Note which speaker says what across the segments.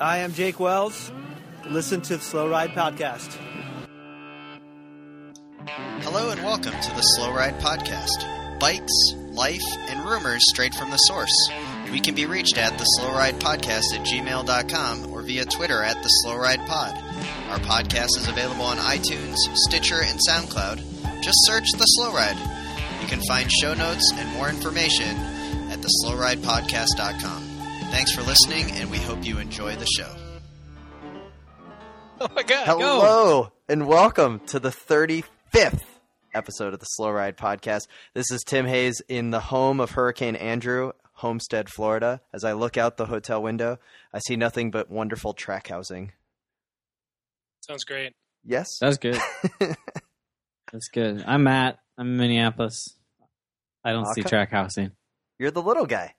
Speaker 1: I am Jake Wells. Listen to the Slow Ride Podcast.
Speaker 2: Hello and welcome to the Slow Ride Podcast. Bikes, life, and rumors straight from the source. We can be reached at the Slow Ride Podcast at gmail.com or via Twitter at the Slow Ride Pod. Our podcast is available on iTunes, Stitcher, and SoundCloud. Just search the Slow Ride. You can find show notes and more information at the slowridepodcast.com. Thanks for listening and we hope you enjoy the show.
Speaker 3: Oh my god! Go.
Speaker 2: Hello and welcome to the 35th episode of the Slow Ride Podcast. This is Tim Hayes in the home of Hurricane Andrew, Homestead, Florida. As I look out the hotel window, I see nothing but wonderful track housing.
Speaker 3: Sounds great.
Speaker 2: Yes?
Speaker 4: That's good. That's good. I'm Matt. I'm in Minneapolis. I don't see
Speaker 2: Okay.
Speaker 4: track housing.
Speaker 2: You're the little guy.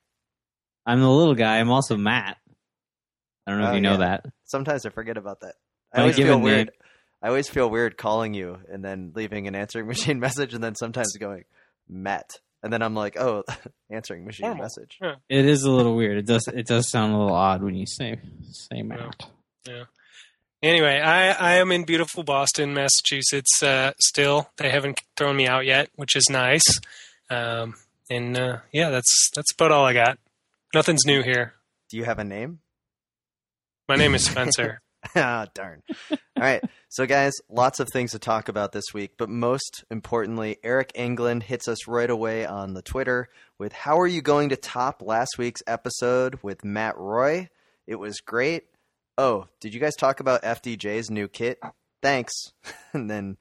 Speaker 4: I'm the little guy. I'm also Matt. I don't know
Speaker 2: Oh,
Speaker 4: if you know
Speaker 2: yeah.
Speaker 4: that.
Speaker 2: Sometimes I forget about that. I
Speaker 4: Don't
Speaker 2: always
Speaker 4: give
Speaker 2: feel
Speaker 4: a
Speaker 2: weird.
Speaker 4: name.
Speaker 2: I always feel weird calling you and then leaving an answering machine message and then sometimes going, Matt. And then I'm like, oh, answering machine
Speaker 3: Normal.
Speaker 2: message.
Speaker 4: It is a little weird. It does it does sound a little odd when you say say Matt.
Speaker 3: Anyway, I, I am in beautiful Boston, Massachusetts. Uh, still, they haven't thrown me out yet, which is nice. Um, and uh, yeah, that's that's about all I got. Nothing's new here.
Speaker 2: Do you have a name?
Speaker 3: My name is Spencer.
Speaker 2: ah, darn. All right. So, guys, lots of things to talk about this week, but most importantly, Eric England hits us right away on the Twitter with How are you going to top last week's episode with Matt Roy? It was great. Oh, did you guys talk about FDJ's new kit? Thanks. and then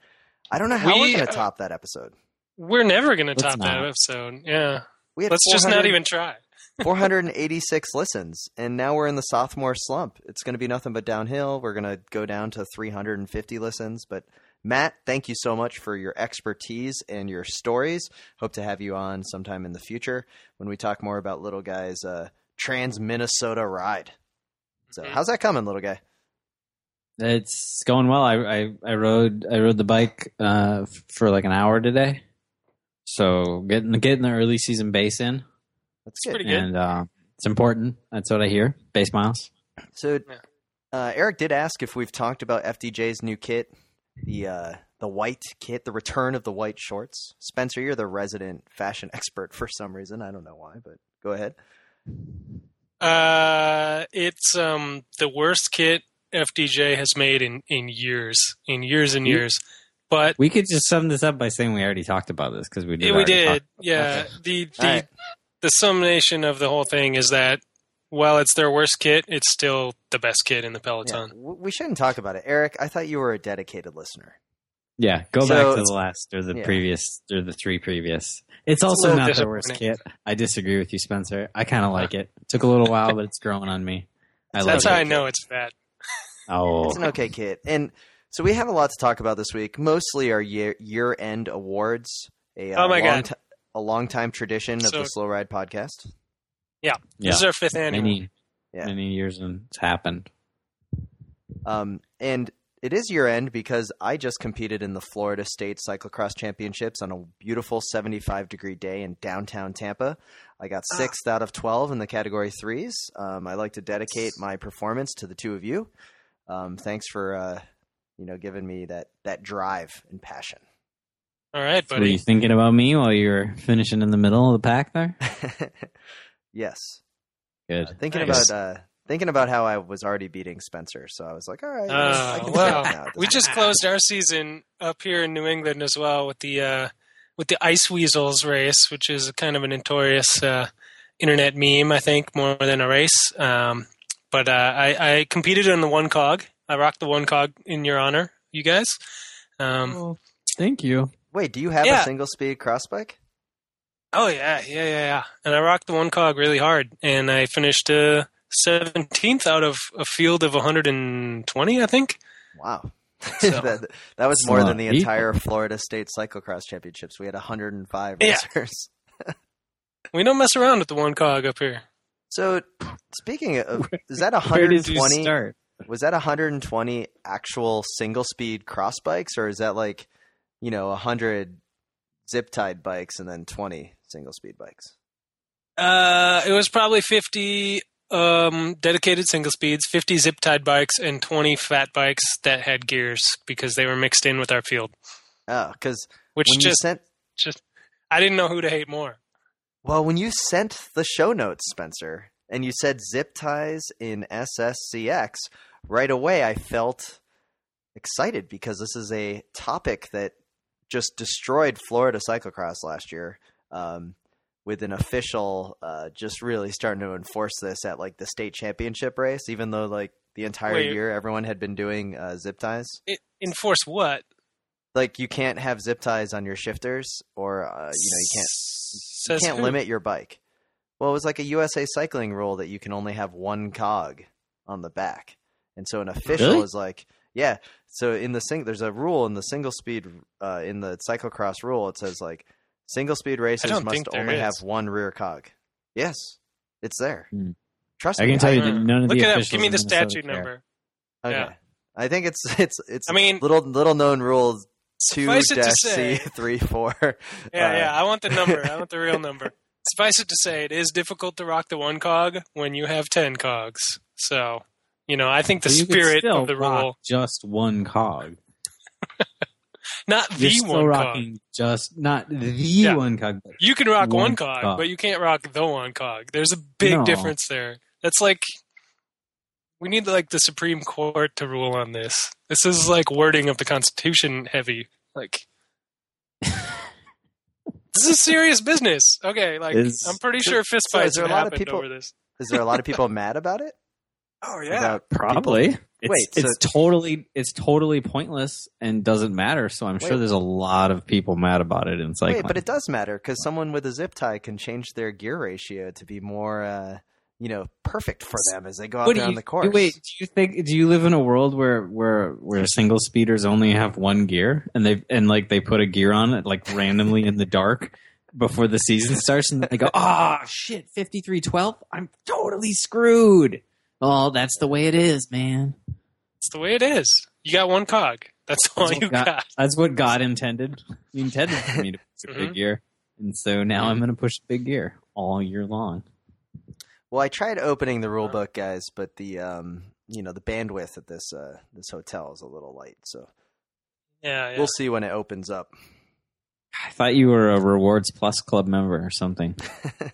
Speaker 2: I don't know how we,
Speaker 3: We,
Speaker 2: are going to
Speaker 3: uh,
Speaker 2: top that episode.
Speaker 3: We're never going to
Speaker 4: Let's
Speaker 3: top that
Speaker 4: not.
Speaker 3: episode. Yeah,
Speaker 2: We had
Speaker 3: let's just not
Speaker 2: 400
Speaker 3: even try.
Speaker 2: 486 listens, and now we're in the sophomore slump. It's going to be nothing but downhill. We're going to go down to 350 listens. But Matt, thank you so much for your expertise and your stories. Hope to have you on sometime in the future when we talk more about Little Guy's uh, Trans Minnesota ride. So,
Speaker 3: Mhm.
Speaker 2: how's that coming, Little Guy?
Speaker 4: It's going well. I, I I rode I rode the bike uh f- for like an hour today. So getting getting the early season base in
Speaker 2: That's
Speaker 3: It's
Speaker 2: good.
Speaker 3: pretty good.
Speaker 4: and uh, it's important. That's what I hear. Base miles.
Speaker 2: So,
Speaker 3: Yeah.
Speaker 2: uh, Eric did ask if we've talked about FDJ's new kit, the uh, the white kit, the return of the white shorts. Spencer, you're the resident fashion expert for some reason. I don't know why, but go ahead.
Speaker 3: Uh, it's um the worst kit FDJ has made in in years, in years and
Speaker 4: You-
Speaker 3: years. But
Speaker 4: We could just sum this up by saying we already talked about this because we did.
Speaker 3: Yeah, we
Speaker 4: already
Speaker 3: did.
Speaker 4: talk about
Speaker 3: Yeah. The the,
Speaker 2: All right.
Speaker 3: the summation of the whole thing is that while it's their worst kit, it's still the best kit in the
Speaker 2: Yeah,
Speaker 3: Peloton.
Speaker 2: w- we shouldn't talk about it, Eric. I thought you were a dedicated listener.
Speaker 4: Yeah, go
Speaker 2: So-
Speaker 4: back to the last or the
Speaker 2: Yeah.
Speaker 4: previous or the three previous. It's
Speaker 3: a
Speaker 4: also
Speaker 3: little
Speaker 4: not the worst kit. I disagree with you, Spencer. I kind of like it. Took a little while, but it's growing on me. I like
Speaker 3: That's how I
Speaker 4: it.
Speaker 3: know it's bad.
Speaker 4: Oh,
Speaker 2: It's an okay kit, and so we have a lot to talk about this week. Mostly our year year end awards. A, uh,
Speaker 3: Oh my
Speaker 2: long
Speaker 3: God.
Speaker 2: ti- a long time tradition of
Speaker 3: So-
Speaker 2: the Slow Ride podcast.
Speaker 4: yeah.
Speaker 3: This is our fifth annual.
Speaker 4: Many,
Speaker 2: Yeah.
Speaker 4: many years and it's happened.
Speaker 2: Um, and it is year end because I just competed in the Florida State Cyclocross Championships on a beautiful 75 degree day in downtown Tampa. I got sixth out of 12 in the category threes. Um, I like to dedicate my performance to the two of you. Um, thanks for, uh, you know, giving me that, that drive and passion.
Speaker 3: All right,
Speaker 4: Were
Speaker 3: buddy.
Speaker 4: you thinking about me while you were finishing in the middle of the pack there?
Speaker 2: yes.
Speaker 4: Good.
Speaker 2: Thinking
Speaker 3: Nice.
Speaker 2: about, uh, thinking about how I was already beating Spencer. So I was like, all right,
Speaker 3: Oh,
Speaker 2: I can
Speaker 3: wow.
Speaker 2: stop now at this
Speaker 3: We just closed our season up here in New England as well with the uh, with the Ice Weasels race, which is kind of a notorious uh, internet meme, I think, more than a race. Um, but uh, I, I competed in the one cog. I rocked the one cog in your honor, you guys. Um,
Speaker 4: Oh, thank you.
Speaker 2: Wait, do you have
Speaker 3: Yeah.
Speaker 2: a single speed cross bike?
Speaker 3: Oh yeah, yeah, yeah, yeah. And I rocked the one cog really hard, and I finished uh, seventeenth out of a field of 120, I think.
Speaker 2: Wow.
Speaker 3: So-
Speaker 2: that, that was
Speaker 4: That's
Speaker 2: more
Speaker 4: a lot
Speaker 2: than the
Speaker 4: of people.
Speaker 2: entire Florida State Cyclocross Championships. We had 105
Speaker 3: Yeah.
Speaker 2: racers.
Speaker 3: We don't mess around with the one cog up here.
Speaker 2: So, speaking of, is that
Speaker 4: Where did you
Speaker 2: 120?
Speaker 4: start?
Speaker 2: Was that 120 actual single speed cross bikes, or is that like, you know, 100 zip tied bikes and then 20 single speed bikes?
Speaker 3: Uh, it was probably 50 um, dedicated single speeds, 50 zip tied bikes, and 20 fat bikes that had gears because they were mixed in with our field.
Speaker 2: Oh, because
Speaker 3: Which
Speaker 2: when you
Speaker 3: just,
Speaker 2: sent
Speaker 3: just, I didn't know who to hate more.
Speaker 2: well, when you sent the show notes, Spencer, and you said zip ties in SSCX, right away I felt excited because this is a topic that just destroyed Florida cyclocross last year. Um, with an official uh, just really starting to enforce this at like the state championship race, even though like the entire
Speaker 3: Wait.
Speaker 2: year everyone had been doing uh, zip ties.
Speaker 3: It, enforce what?
Speaker 2: like you can't have zip ties on your shifters or uh, you know you can't you
Speaker 3: Says
Speaker 2: can't
Speaker 3: who?
Speaker 2: limit your bike well it was like a usa cycling rule that you can only have one cog on the back and so an official
Speaker 4: Really?
Speaker 2: is like yeah so in the sing there's a rule in the single speed uh, in the cyclocross rule it says like single speed races
Speaker 3: don't
Speaker 2: must
Speaker 3: think there
Speaker 2: only have
Speaker 3: is.
Speaker 2: one rear cog yes it's there
Speaker 4: Hmm.
Speaker 2: trust
Speaker 4: I
Speaker 2: me
Speaker 4: can tell you
Speaker 3: Uh,
Speaker 4: that none of
Speaker 3: Look
Speaker 4: the
Speaker 3: it up.
Speaker 4: officials
Speaker 3: Give me
Speaker 4: in
Speaker 3: the
Speaker 4: Minnesota
Speaker 3: statute
Speaker 4: care.
Speaker 3: number.
Speaker 2: okay.
Speaker 3: yeah.
Speaker 2: i think it's it's it's
Speaker 3: I mean,
Speaker 2: little little known rule two
Speaker 3: suffice it to
Speaker 2: dash c
Speaker 3: say,
Speaker 2: three four
Speaker 3: yeah,
Speaker 2: Uh,
Speaker 3: yeah. I want the number. I want the real number. Suffice it to say, it is difficult to rock the one cog when you have ten cogs. So, you know, I think the
Speaker 4: So you could
Speaker 3: spirit
Speaker 4: still
Speaker 3: of the
Speaker 4: rock
Speaker 3: rule,
Speaker 4: just one cog.
Speaker 3: not the
Speaker 4: You're still
Speaker 3: one cog.
Speaker 4: rocking just not the one cog. but
Speaker 3: You can rock one,
Speaker 4: one
Speaker 3: cog,
Speaker 4: cog.
Speaker 3: but you can't rock the one cog. There's a big
Speaker 4: No.
Speaker 3: difference there. That's like we need like the Supreme Court to rule on this. This is like wording of the Constitution heavy. Like this is serious business. Okay, like
Speaker 4: Is-
Speaker 3: I'm pretty sure fist
Speaker 2: so is
Speaker 3: fights
Speaker 2: there
Speaker 3: have
Speaker 2: a lot of
Speaker 3: happened
Speaker 2: people-
Speaker 3: over this.
Speaker 2: Is there a lot of people mad about it?
Speaker 3: Oh
Speaker 2: About
Speaker 4: Probably. It's,
Speaker 2: Wait, so-
Speaker 4: it's totally it's totally pointless and doesn't matter. So I'm
Speaker 2: Wait.
Speaker 4: sure there's a lot of people mad about it in
Speaker 2: Wait,
Speaker 4: cycling.
Speaker 2: but it does matter because someone with a zip tie can change their gear ratio to be more, uh, you know, perfect for them as they go out
Speaker 4: What do
Speaker 2: there on
Speaker 4: you-
Speaker 2: the course.
Speaker 4: Wait, do you think do you live in a world where where where single speeders only have one gear and they and like they put a gear on it like randomly in the dark before the season starts and they go, "Ah, shit, 5312, I'm totally screwed." Oh, that's the way it is, man.
Speaker 3: It's the way it is. You got one cog. That's all
Speaker 4: what
Speaker 3: you
Speaker 4: got-
Speaker 3: got.
Speaker 4: That's what God intended. He intended for me to push a
Speaker 3: Mhm.
Speaker 2: Mm-hmm.
Speaker 4: big gear. And so now I'm going to push big gear all year long.
Speaker 2: Well, I tried opening the rule book, guys, but the, um, you know, the bandwidth at this uh, this hotel is a little light. So
Speaker 3: Yeah, yeah.
Speaker 2: we'll see when it opens up.
Speaker 4: I thought you were a Rewards Plus Club member or something.
Speaker 2: I,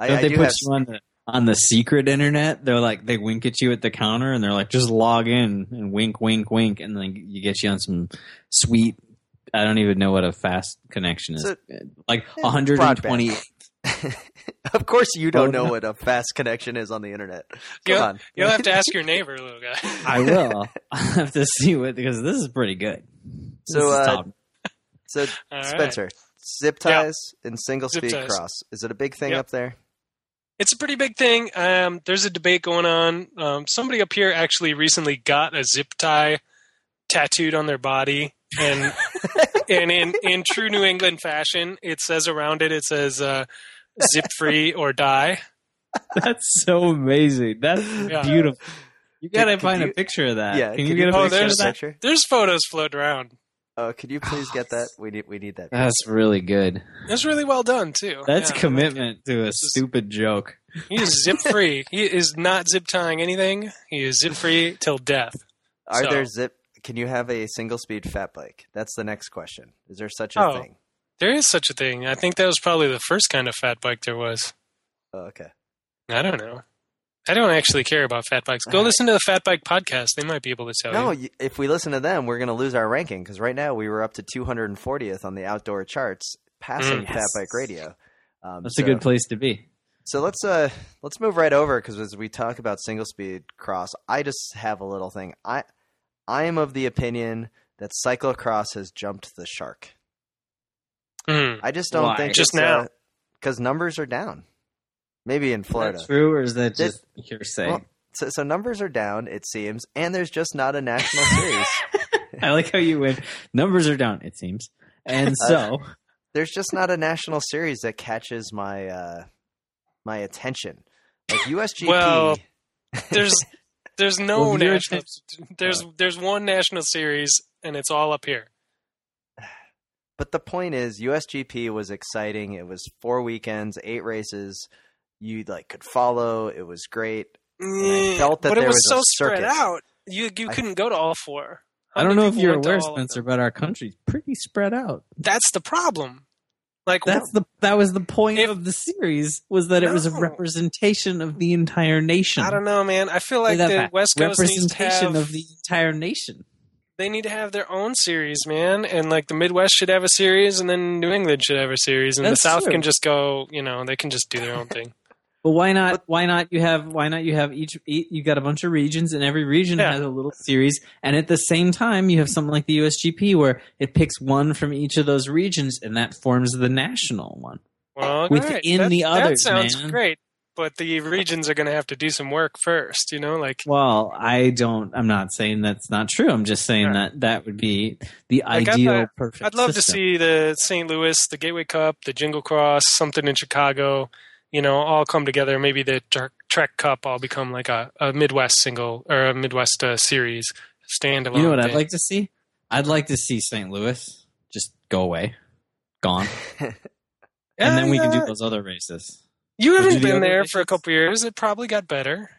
Speaker 4: Don't
Speaker 2: I
Speaker 4: they
Speaker 2: do
Speaker 4: put
Speaker 2: have
Speaker 4: you on the, on the secret internet? They're like, they wink at you at the counter and they're like, just log in and wink, wink, wink. And then you get you on some sweet, I don't even know what a fast connection is.
Speaker 2: So- eh,
Speaker 4: like
Speaker 2: Yeah,
Speaker 4: 120.
Speaker 2: of course, you don't
Speaker 4: Oh,
Speaker 2: know
Speaker 4: no.
Speaker 2: what a fast connection is on the internet. Come
Speaker 3: Yeah.
Speaker 2: on.
Speaker 3: You'll have to ask your neighbor, little guy.
Speaker 4: I will. I have to see what, because this is pretty good. This
Speaker 2: So,
Speaker 4: is
Speaker 2: uh,
Speaker 4: top
Speaker 2: So,
Speaker 3: All right.
Speaker 2: Spencer, zip
Speaker 3: Yeah.
Speaker 2: ties and single
Speaker 3: Zip
Speaker 2: speed
Speaker 3: ties.
Speaker 2: cross. Is it a big thing
Speaker 3: Yep.
Speaker 2: up there?
Speaker 3: It's a pretty big thing. Um, there's a debate going on. Um, somebody up here actually recently got a zip tie tattooed on their body, and and in in true New England fashion, it says around it, it says uh, "zip free or die."
Speaker 4: That's so amazing. That's
Speaker 3: Yeah.
Speaker 4: beautiful. You gotta
Speaker 2: Could- could
Speaker 4: find
Speaker 2: you-
Speaker 4: a picture of that.
Speaker 2: Yeah,
Speaker 4: Uh, can you
Speaker 2: could
Speaker 4: get a
Speaker 3: you- Oh,
Speaker 4: picture
Speaker 3: there's
Speaker 4: of
Speaker 2: a
Speaker 4: that?
Speaker 2: picture.
Speaker 3: There's photos floating around.
Speaker 2: Oh, could you please get that? We need we need that.
Speaker 4: That's really good.
Speaker 3: That's really well done too.
Speaker 4: That's
Speaker 3: Yeah.
Speaker 4: commitment to a
Speaker 3: is-
Speaker 4: stupid joke.
Speaker 3: He is zip free. he is not zip tying anything. He is zip free till death.
Speaker 2: Are
Speaker 3: So-
Speaker 2: there zip? Can you have a single speed fat bike? That's the next question. Is there such a
Speaker 3: Oh.
Speaker 2: thing?
Speaker 3: There is such a thing. I think that was probably the first kind of fat bike there was.
Speaker 2: Oh, okay.
Speaker 3: I don't know. I don't actually care about fat bikes. Go
Speaker 2: Alright.
Speaker 3: listen to the Fat Bike podcast. They might be able to tell
Speaker 2: No,
Speaker 3: you.
Speaker 2: y if we listen to them, we're going to lose our ranking because right now we were up to 240th on the outdoor charts, passing
Speaker 3: Mm.
Speaker 2: Fat
Speaker 4: Yes.
Speaker 2: Bike Radio. Um,
Speaker 4: That's
Speaker 2: so-
Speaker 4: a good place to be.
Speaker 2: So let's uh let's move right over because as we talk about single speed cross, I just have a little thing. I I am of the opinion that cyclocross has jumped the shark.
Speaker 3: Mm.
Speaker 2: I just don't
Speaker 4: Why?
Speaker 2: think
Speaker 3: Just now.
Speaker 2: because numbers are down. Maybe in Florida.
Speaker 4: Is that true, or is that
Speaker 2: This-
Speaker 4: just hearsay?
Speaker 2: Well- So, so numbers are down, it seems, and there's just not a national series.
Speaker 4: I like how you went. Numbers are down, it seems. And so,
Speaker 2: There's just not a national series that catches my uh, my attention. Like USGP,
Speaker 3: Well, There's there's no
Speaker 4: Well, your
Speaker 3: national. There's there's one national series, and it's all up here.
Speaker 2: but the point is USGP was exciting. It was four weekends, eight races. you like could follow. It was great.
Speaker 3: Yeah,
Speaker 2: felt that
Speaker 3: Mm. but
Speaker 2: there
Speaker 3: it was,
Speaker 2: was a
Speaker 3: so spread
Speaker 2: circus.
Speaker 3: out. You you
Speaker 2: I-
Speaker 3: couldn't go to all four. How
Speaker 4: I don't
Speaker 3: many
Speaker 4: know if
Speaker 3: people
Speaker 4: you're
Speaker 3: went to
Speaker 4: aware,
Speaker 3: all of them?
Speaker 4: Spencer, but our country's pretty spread out.
Speaker 3: That's the problem. Like
Speaker 4: That's the that was the point
Speaker 3: If-
Speaker 4: of the series was that it was a
Speaker 3: No.
Speaker 4: representation of the entire nation.
Speaker 3: I don't know, man. I feel like
Speaker 4: Say that
Speaker 3: the
Speaker 4: back.
Speaker 3: West Coast needs to have
Speaker 4: representation of the entire nation.
Speaker 3: they need to have their own series, man. And like the Midwest should have a series, and then New England should have a series, and
Speaker 4: That's
Speaker 3: the South
Speaker 4: true.
Speaker 3: can just go. You know, they can just do their own thing.
Speaker 4: But why not? why not? You have why not? You have each, each you got a bunch of regions, and every region
Speaker 3: Yeah.
Speaker 4: has a little series. And at the same time, you have something like the USGP where it picks one from each of those regions, and that forms the national one.
Speaker 3: Well,
Speaker 4: Within
Speaker 3: alright.
Speaker 4: the
Speaker 3: that,
Speaker 4: others,
Speaker 3: that sounds
Speaker 4: man.
Speaker 3: great. But the regions are going to have to do some work first. You know, like
Speaker 4: Well, I don't. I'm not saying that's not true. I'm just saying
Speaker 3: Yeah.
Speaker 4: that that would be the
Speaker 3: Like, I'd
Speaker 4: ideal,
Speaker 3: like-
Speaker 4: perfect.
Speaker 3: I'd love
Speaker 4: system.
Speaker 3: to see the St. Louis, the Gateway Cup, the Jingle Cross, something in Chicago. You know, all come together. Maybe the Tr- Trek Cup. all become like a, a Midwest single or a Midwest uh, series standalone.
Speaker 4: You know what I'd
Speaker 3: thing.
Speaker 4: like to see? I'd like to see St. Louis just go away, gone, and then we can do those other races.
Speaker 3: You
Speaker 4: We'll do
Speaker 3: haven't
Speaker 4: the
Speaker 3: been
Speaker 4: other
Speaker 3: there for a
Speaker 4: races.
Speaker 3: couple years. It probably got better.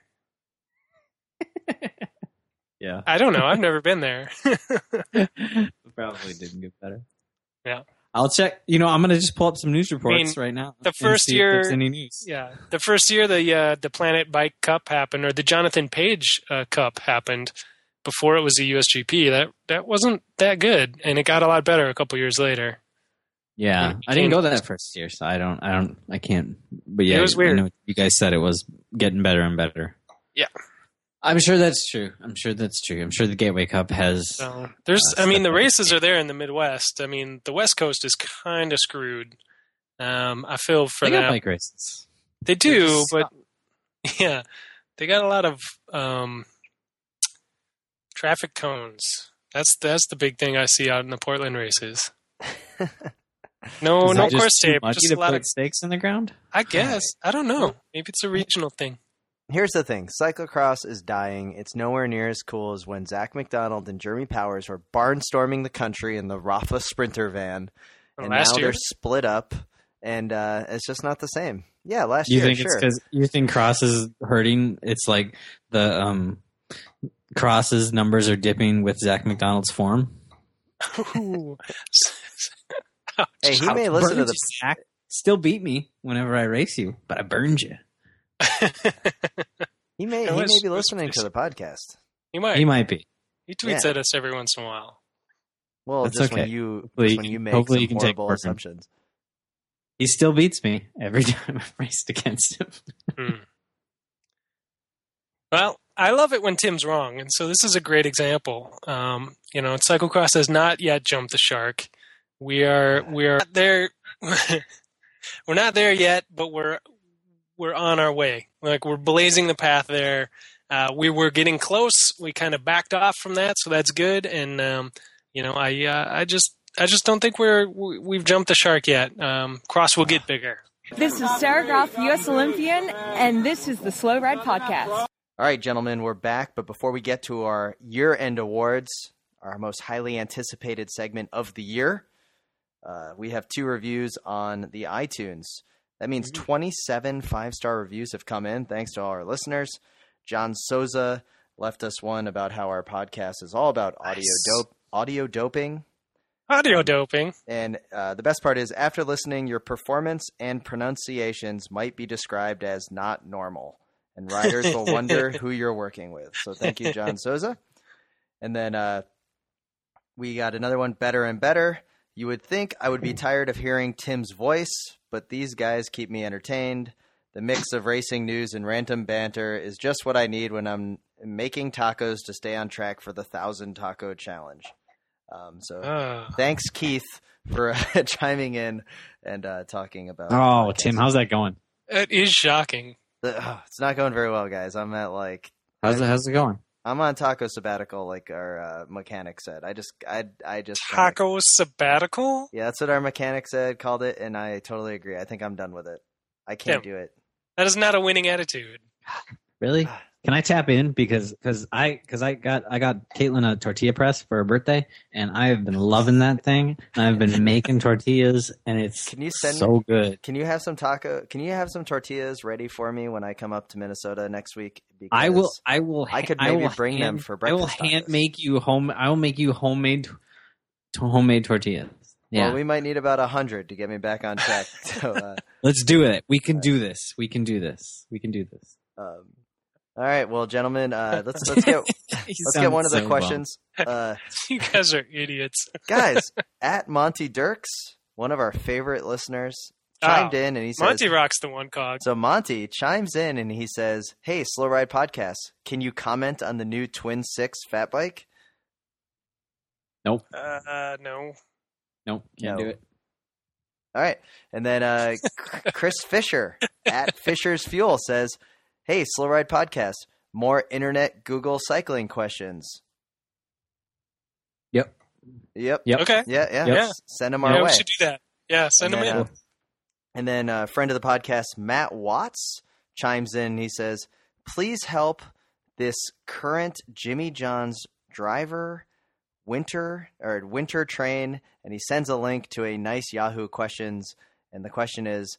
Speaker 4: Yeah,
Speaker 3: I don't know. I've never been there.
Speaker 4: probably didn't get better.
Speaker 3: Yeah.
Speaker 4: I'll check. You know, I'm gonna just pull up some news reports
Speaker 3: mean,
Speaker 4: right now.
Speaker 3: the
Speaker 4: and
Speaker 3: first
Speaker 4: see if there's
Speaker 3: year-
Speaker 4: any news?
Speaker 3: yeah, the first year the uh, the Planet Bike Cup happened, or the Jonathan Page uh, Cup happened. Before it was the USGP, that that wasn't that good, and it got a lot better a couple years later.
Speaker 4: Yeah,
Speaker 3: It
Speaker 4: I
Speaker 3: became-
Speaker 4: didn't go that first year, so I don't, I don't, I can't. But yeah,
Speaker 3: It was
Speaker 4: I
Speaker 3: weird.
Speaker 4: know you guys said it was getting better and better.
Speaker 3: Yeah.
Speaker 4: I'm sure that's true. I'm sure that's true. I'm sure the Gateway Cup has.
Speaker 3: So there's,
Speaker 4: Uh,
Speaker 3: I mean, the
Speaker 4: separate.
Speaker 3: races are there in the Midwest. I mean, the West Coast is kind of screwed. Um, I feel for
Speaker 4: they got
Speaker 3: them.
Speaker 4: bike races.
Speaker 3: they
Speaker 4: They
Speaker 3: do,
Speaker 4: just
Speaker 3: but yeah, they got a lot of um, traffic cones. That's that's the big thing I see out in the Portland races. No, no
Speaker 4: Is that just
Speaker 3: course
Speaker 4: too
Speaker 3: tape,
Speaker 4: mucky
Speaker 3: just
Speaker 4: to
Speaker 3: a lot
Speaker 4: put
Speaker 3: of.
Speaker 4: stakes in the ground.
Speaker 3: I guess I don't know. Maybe it's a regional thing.
Speaker 2: Here's the thing cyclocross is dying. It's nowhere near as cool as when Zach McDonald and Jeremy Powers were barnstorming the country in the Rafa Sprinter van. And
Speaker 3: Last
Speaker 2: now
Speaker 3: year,
Speaker 2: they're split up, and uh, it's just not the same. Yeah, last
Speaker 4: You
Speaker 2: year,
Speaker 4: think
Speaker 2: sure.
Speaker 4: it's because you think cross is hurting? It's like the um, crosses numbers are dipping with Zach McDonald's form.
Speaker 3: Ooh.
Speaker 2: hey, he may
Speaker 4: Ouch.
Speaker 2: listen to
Speaker 4: Burned
Speaker 2: the.
Speaker 4: you, Zach. Still beat me whenever I race you, but I burned you.
Speaker 2: He may,
Speaker 3: It
Speaker 2: he
Speaker 3: was-
Speaker 2: may be
Speaker 3: it was
Speaker 2: listening to the podcast.
Speaker 3: he might.
Speaker 4: He might be.
Speaker 3: He tweets
Speaker 2: Yeah.
Speaker 3: at us every once in a while.
Speaker 2: Well,
Speaker 4: That's
Speaker 2: just when
Speaker 4: okay.
Speaker 2: you
Speaker 4: Hopefully
Speaker 2: just
Speaker 4: you
Speaker 2: when
Speaker 4: can-
Speaker 2: you make
Speaker 4: hopefully
Speaker 2: some
Speaker 4: you can take
Speaker 2: horrible
Speaker 4: part in it.
Speaker 2: assumptions.
Speaker 4: He still beats me every time I've raced against him.
Speaker 3: Hmm. Well, I love it when Tim's wrong, and so this is a great example. Um, you know, cyclocross has not yet jumped the shark. We are we are not there. we're not there yet, but we're we're on our way. Like we're blazing the path there. Uh, we were getting close. We kind of backed off from that, so that's good. And um, you know, I uh, I just I just don't think we're we- we've jumped the shark yet. Um, cross will get bigger.
Speaker 5: This is Sarah Groff, U.S. Olympian, and this is the Slow Ride Podcast.
Speaker 2: All right, gentlemen, we're back. But before we get to our year end awards, our most highly anticipated segment of the year, uh, we have two reviews on the iTunes. That means 27 five star reviews have come in. Thanks to all our listeners. John Souza left us one about how our podcast is all about audio,
Speaker 3: Nice.
Speaker 2: dope, audio doping.
Speaker 3: Audio doping.
Speaker 2: And uh, the best part is, after listening, your performance and pronunciations might be described as not normal, and riders will wonder who you're working with. So thank you, John Souza. And then uh, we got another one, better and better. You would think I would be tired of hearing Tim's voice, but these guys keep me entertained. The mix of racing news and random banter is just what I need when I'm making tacos to stay on track for the thousand taco challenge. Um, so
Speaker 3: Ah.
Speaker 2: thanks keith for uh, chiming in and uh, talking about
Speaker 4: Oh,
Speaker 2: podcasts.
Speaker 4: Tim, how's that going?
Speaker 3: It is shocking.
Speaker 2: Ugh, it's not going very well guys i'm at like
Speaker 4: How's it, how's it going?
Speaker 2: i'm on taco sabbatical like our uh, mechanic said i just i, I just
Speaker 3: Taco sabbatical?
Speaker 2: yeah that's what our mechanic said called it and i totally agree i think i'm done with it i can't do it
Speaker 3: That is not a winning attitude.
Speaker 4: Really? Can I tap in because because I because I got I got Caitlin a tortilla press for her birthday, and I have been loving that thing. And I've been making tortillas, and it's
Speaker 2: Can you send-
Speaker 4: so good.
Speaker 2: Can you have some taco? Can you have some tortillas ready for me when I come up to Minnesota next week? Because
Speaker 4: I will. I will.
Speaker 2: I could
Speaker 4: ha-
Speaker 2: maybe
Speaker 4: will
Speaker 2: bring them for
Speaker 4: I will
Speaker 2: breakfast tacos.
Speaker 4: hand make you home. I will make you homemade, to homemade tortillas. Yeah,
Speaker 2: Well, we might need about a hundred to get me back on track. so, uh,
Speaker 4: let's do it. We can do this. We can do this. We can do this.
Speaker 2: um, all right, well, gentlemen, uh, let's let's get let's get one of the questions. Uh,
Speaker 3: you guys are idiots.
Speaker 2: guys, at Monty Dirks, one of our favorite listeners, chimed
Speaker 3: Oh,
Speaker 2: in and he says,
Speaker 3: Monty rocks the one cog.
Speaker 2: So Monty chimes in and he says, "Hey, Slow Ride Podcast, can you comment on the new Twin Six fat bike?"
Speaker 3: Uh, uh, no.
Speaker 4: Nope, can't
Speaker 2: No.
Speaker 4: do it.
Speaker 2: All right, and then uh, C- Chris Fisher at Fisher's Fuel says, "Hey, Slow Ride Podcast, more internet Google cycling questions."
Speaker 4: Yep.
Speaker 2: Yep.
Speaker 4: Yep.
Speaker 3: Okay.
Speaker 2: Yeah. Yeah.
Speaker 3: Yep.
Speaker 2: S- Send them our
Speaker 3: Yeah,
Speaker 2: way.
Speaker 3: we should do that. Yeah, send
Speaker 2: And
Speaker 3: them
Speaker 2: then,
Speaker 3: in.
Speaker 2: uh, And then a friend of the podcast, Matt Watts, chimes in. and He says, "Please help this current Jimmy John's driver winter or winter train." And he sends a link to a nice Yahoo questions. And the question is,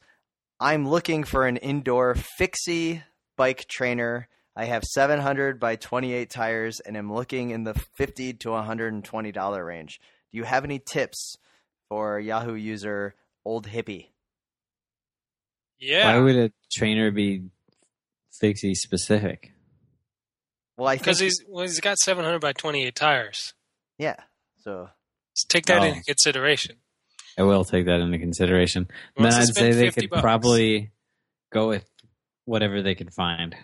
Speaker 2: "I'm looking for an indoor fixie bike trainer. I have 700 by 28 tires, and am looking in the 50 to 120 dollar range. Do you have any tips for Yahoo user old hippie?"
Speaker 4: Why
Speaker 3: yeah,
Speaker 4: would a trainer be fixie specific?
Speaker 2: Well, I think
Speaker 3: because he's well, he's got 700 by 28 tires.
Speaker 2: yeah. So
Speaker 3: So take that
Speaker 4: Oh.
Speaker 3: into consideration.
Speaker 4: I will take that into consideration.
Speaker 3: Wants
Speaker 4: then
Speaker 3: to
Speaker 4: I'd
Speaker 3: spend
Speaker 4: say they
Speaker 3: 50
Speaker 4: could
Speaker 3: bucks.
Speaker 4: probably go with whatever they could find.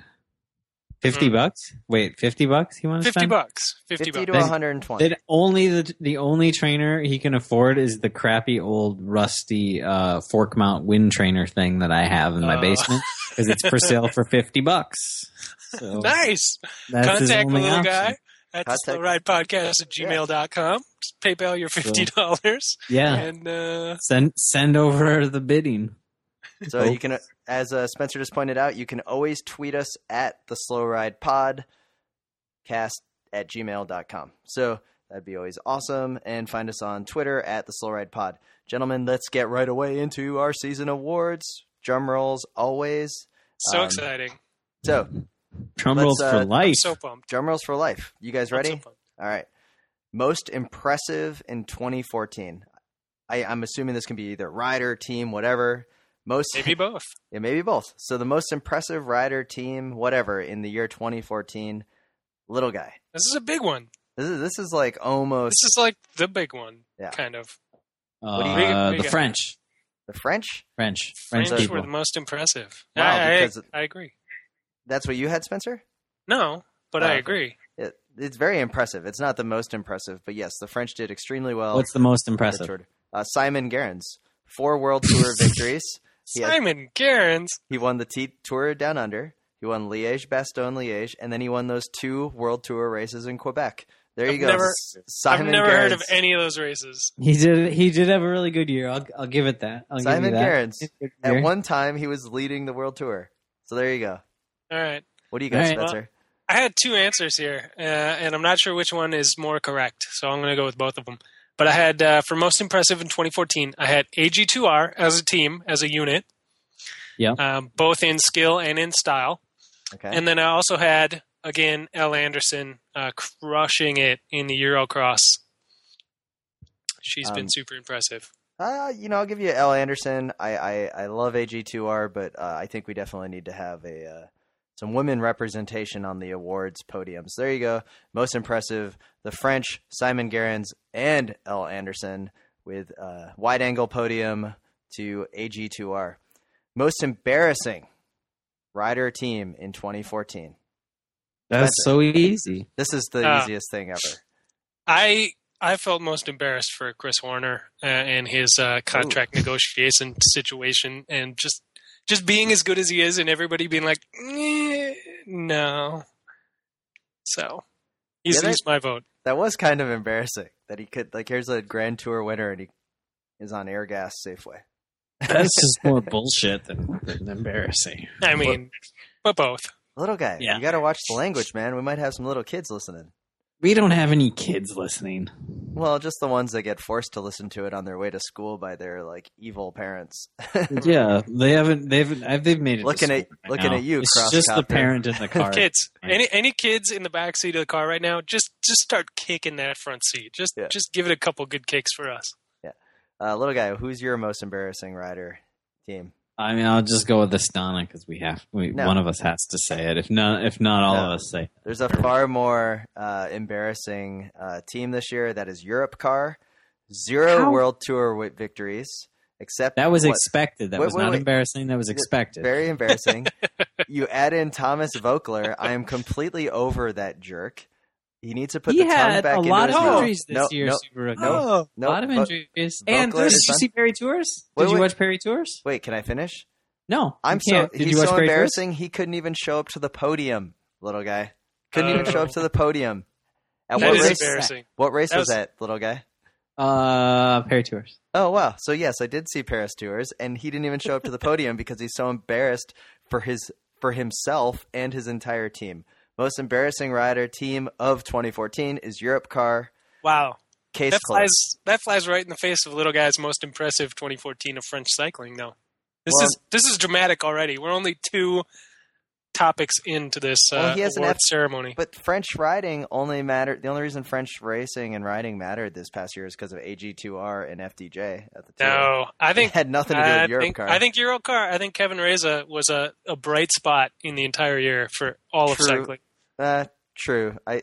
Speaker 4: Fifty
Speaker 3: Mm.
Speaker 4: bucks? Wait, fifty bucks? You want to
Speaker 3: 50
Speaker 4: spend?
Speaker 3: bucks. 50,
Speaker 2: fifty, to
Speaker 3: bucks.
Speaker 2: one hundred and twenty.
Speaker 4: Then only the the only trainer he can afford is the crappy old rusty uh, fork mount wind trainer thing that I have in my
Speaker 3: Oh.
Speaker 4: basement because it's for sale for fifty bucks. So
Speaker 3: Nice.
Speaker 4: that's
Speaker 3: Contact
Speaker 4: his
Speaker 3: the
Speaker 4: only
Speaker 3: little
Speaker 4: option.
Speaker 3: guy at the
Speaker 2: Contact-
Speaker 3: slow ride podcast at gmail.com. Just PayPal your $50
Speaker 4: Yeah,
Speaker 3: and uh,
Speaker 4: send send over the bidding.
Speaker 2: So you can, as uh, Spencer just pointed out, you can always tweet us at the Slow Ride Pod cast at gmail.com. So that'd be always awesome. And find us on Twitter at the Slow Ride Pod. Gentlemen, let's get right away into our season awards. Drum rolls always.
Speaker 3: so
Speaker 2: Um,
Speaker 3: exciting.
Speaker 2: So
Speaker 4: Drum
Speaker 2: Let's,
Speaker 4: rolls
Speaker 2: uh,
Speaker 4: for
Speaker 3: I'm
Speaker 4: life.
Speaker 3: so pumped.
Speaker 2: drum rolls for life. You guys
Speaker 3: I'm
Speaker 2: ready?
Speaker 3: so pumped.
Speaker 2: All right. Most impressive in 2014. I, I'm assuming this can be either rider, team, whatever. Most
Speaker 3: Maybe both.
Speaker 2: yeah, maybe both. So the most impressive rider, team, whatever in the year 2014. Little guy.
Speaker 3: This is a big one.
Speaker 2: This is this is like
Speaker 3: This
Speaker 2: almost
Speaker 3: is like the big one,
Speaker 2: Yeah.
Speaker 3: kind of.
Speaker 2: do you-
Speaker 4: uh,
Speaker 3: Big- big
Speaker 4: the
Speaker 3: guy.
Speaker 4: French,
Speaker 2: the French.
Speaker 4: French, French,
Speaker 3: French
Speaker 4: people.
Speaker 3: were the most impressive.
Speaker 2: Wow,
Speaker 3: I, I,
Speaker 2: because-
Speaker 3: I agree.
Speaker 2: That's what you had, Spencer.
Speaker 3: No, but I
Speaker 2: Wow.
Speaker 3: agree.
Speaker 2: It, it's very impressive. It's not the most impressive, but yes, the French did extremely well.
Speaker 4: What's the most impressive?
Speaker 2: Richard. Uh, Simon Gerrans, four World Tour victories. He had
Speaker 3: Simon Gerrans.
Speaker 2: He won the T- Tour Down Under. He won Liège, Bastogne, Liège, and then he won those two World Tour races in Quebec. There you
Speaker 3: I've
Speaker 2: go.
Speaker 3: never-
Speaker 2: S- Simon
Speaker 3: I've never heard of
Speaker 2: Gerrans.
Speaker 3: any of those races.
Speaker 4: He did. He did have a really good year. I'll, I'll give it that. I'll
Speaker 2: Simon
Speaker 4: give you that.
Speaker 2: Gerrans.
Speaker 4: Good year.
Speaker 2: At one time, he was leading the World Tour. So there you go.
Speaker 3: All right.
Speaker 2: What do you got,
Speaker 4: All right.
Speaker 2: Spencer?
Speaker 3: I had two answers here, uh, and I'm not sure which one is more correct, so I'm going to go with both of them. But I had, uh, for most impressive in 2014, I had AG2R as a team, as a unit.
Speaker 4: Yeah.
Speaker 3: Um, both in skill and in style.
Speaker 2: Okay.
Speaker 3: And then I also had, again, L. Anderson uh, crushing it in the Eurocross. She's
Speaker 2: Um,
Speaker 3: been super impressive.
Speaker 2: uh, you know, I'll give you L. Anderson. I, I, I love AG2R, but uh, I think we definitely need to have a uh, some women representation on the awards podiums. There you go. Most impressive, the French, Simon Gerrans, and L. Anderson with a wide angle podium to AG2R. Most embarrassing rider team in 2014.
Speaker 4: That's so easy.
Speaker 2: This is the
Speaker 3: Ah.
Speaker 2: easiest thing ever.
Speaker 3: I I felt most embarrassed for Chris Horner uh, and his uh, contract negotiation situation, and just just being as good as he is, and everybody being like, "Eh, no. So he's,
Speaker 2: Yeah, that-
Speaker 3: he's my vote.
Speaker 2: That was kind of embarrassing that he could like here's a Grand Tour winner and he is on Air Gas Safeway.
Speaker 4: That's just more bullshit than, than embarrassing.
Speaker 3: I mean, but both.
Speaker 2: Little guy,
Speaker 4: Yeah.
Speaker 2: you got to watch the language, man. We might have some little kids listening.
Speaker 4: We don't have any kids listening.
Speaker 2: Well, just the ones that get forced to listen to it on their way to school by their like evil parents.
Speaker 4: Yeah, they haven't. They haven't. I've, they've made it. to
Speaker 2: Looking at-
Speaker 4: school by
Speaker 2: looking
Speaker 4: now.
Speaker 2: at you,
Speaker 4: It's just the
Speaker 2: crosscopter.
Speaker 4: parent in the car.
Speaker 3: Kids,
Speaker 4: Right.
Speaker 3: any any kids in the back seat of the car right now, just just start kicking that front seat. Just
Speaker 2: Yeah.
Speaker 3: just give it a couple good kicks for us.
Speaker 2: uh, little guy, who's your most embarrassing rider team?
Speaker 4: I mean, I'll just go with Astana because we have. We,
Speaker 2: No.
Speaker 4: One of us has to say it. If not, if not, all
Speaker 2: No.
Speaker 4: of us say. It.
Speaker 2: There's a far more uh, embarrassing uh, team this year. That is Europe Car. Zero
Speaker 4: How?
Speaker 2: World Tour wi- victories, except
Speaker 4: That was
Speaker 2: what-
Speaker 4: expected. That
Speaker 2: Wait,
Speaker 4: was
Speaker 2: wait,
Speaker 4: not
Speaker 2: wait.
Speaker 4: embarrassing. That was expected.
Speaker 2: very embarrassing. you add in Thomas Vogler. I am completely over that jerk. He needs to put
Speaker 4: he
Speaker 2: the tongue
Speaker 4: had
Speaker 2: back
Speaker 4: a
Speaker 2: into
Speaker 4: lot
Speaker 2: his
Speaker 4: of
Speaker 2: mouth.
Speaker 4: injuries this
Speaker 2: no,
Speaker 4: year.
Speaker 2: No,
Speaker 4: Super Rookie.
Speaker 2: no, no,
Speaker 4: a lot of
Speaker 2: but-
Speaker 4: injuries.
Speaker 2: Vogler
Speaker 4: and this,
Speaker 2: is
Speaker 4: did you
Speaker 2: fun.
Speaker 4: see Perry Tours?
Speaker 2: Wait,
Speaker 4: did you
Speaker 2: wait.
Speaker 4: watch Perry Tours?
Speaker 2: Wait, can I finish?
Speaker 4: No,
Speaker 2: I'm
Speaker 4: you
Speaker 2: so
Speaker 4: can't. did
Speaker 2: he's
Speaker 4: you watch
Speaker 2: so
Speaker 4: Perry Tours?
Speaker 2: embarrassing. He couldn't even show up to the podium, little guy. Couldn't even
Speaker 3: Oh.
Speaker 2: show up to the podium. At
Speaker 3: That
Speaker 2: what
Speaker 3: is
Speaker 2: race?
Speaker 3: embarrassing.
Speaker 2: What race
Speaker 3: That
Speaker 2: was
Speaker 3: was-
Speaker 2: that, little guy?
Speaker 4: Uh, Perry Tours.
Speaker 2: Oh wow! So yes, I did see Paris Tours, and he didn't even show up to the podium because he's so embarrassed for his for himself and his entire team. Most embarrassing rider team of 2014 is Europe Car
Speaker 3: Wow,
Speaker 2: Case
Speaker 3: that
Speaker 2: Closed.
Speaker 3: flies that flies right in the face of little guy's most impressive 2014 of French cycling. Though this
Speaker 2: Well-
Speaker 3: is this is dramatic already. We're only two topics into this uh,
Speaker 2: Well, he has an
Speaker 3: award
Speaker 2: F-
Speaker 3: ceremony.
Speaker 2: But French riding only mattered. The only reason French racing and riding mattered this past year is because of AG2R and FDJ at the time.
Speaker 3: No, I think
Speaker 2: had nothing to do with
Speaker 3: I
Speaker 2: Europe
Speaker 3: think,
Speaker 2: car.
Speaker 3: I think Euro car. I think Kevin Reza was a, a bright spot in the entire year for all
Speaker 2: True.
Speaker 3: of cycling.
Speaker 2: Uh, true. I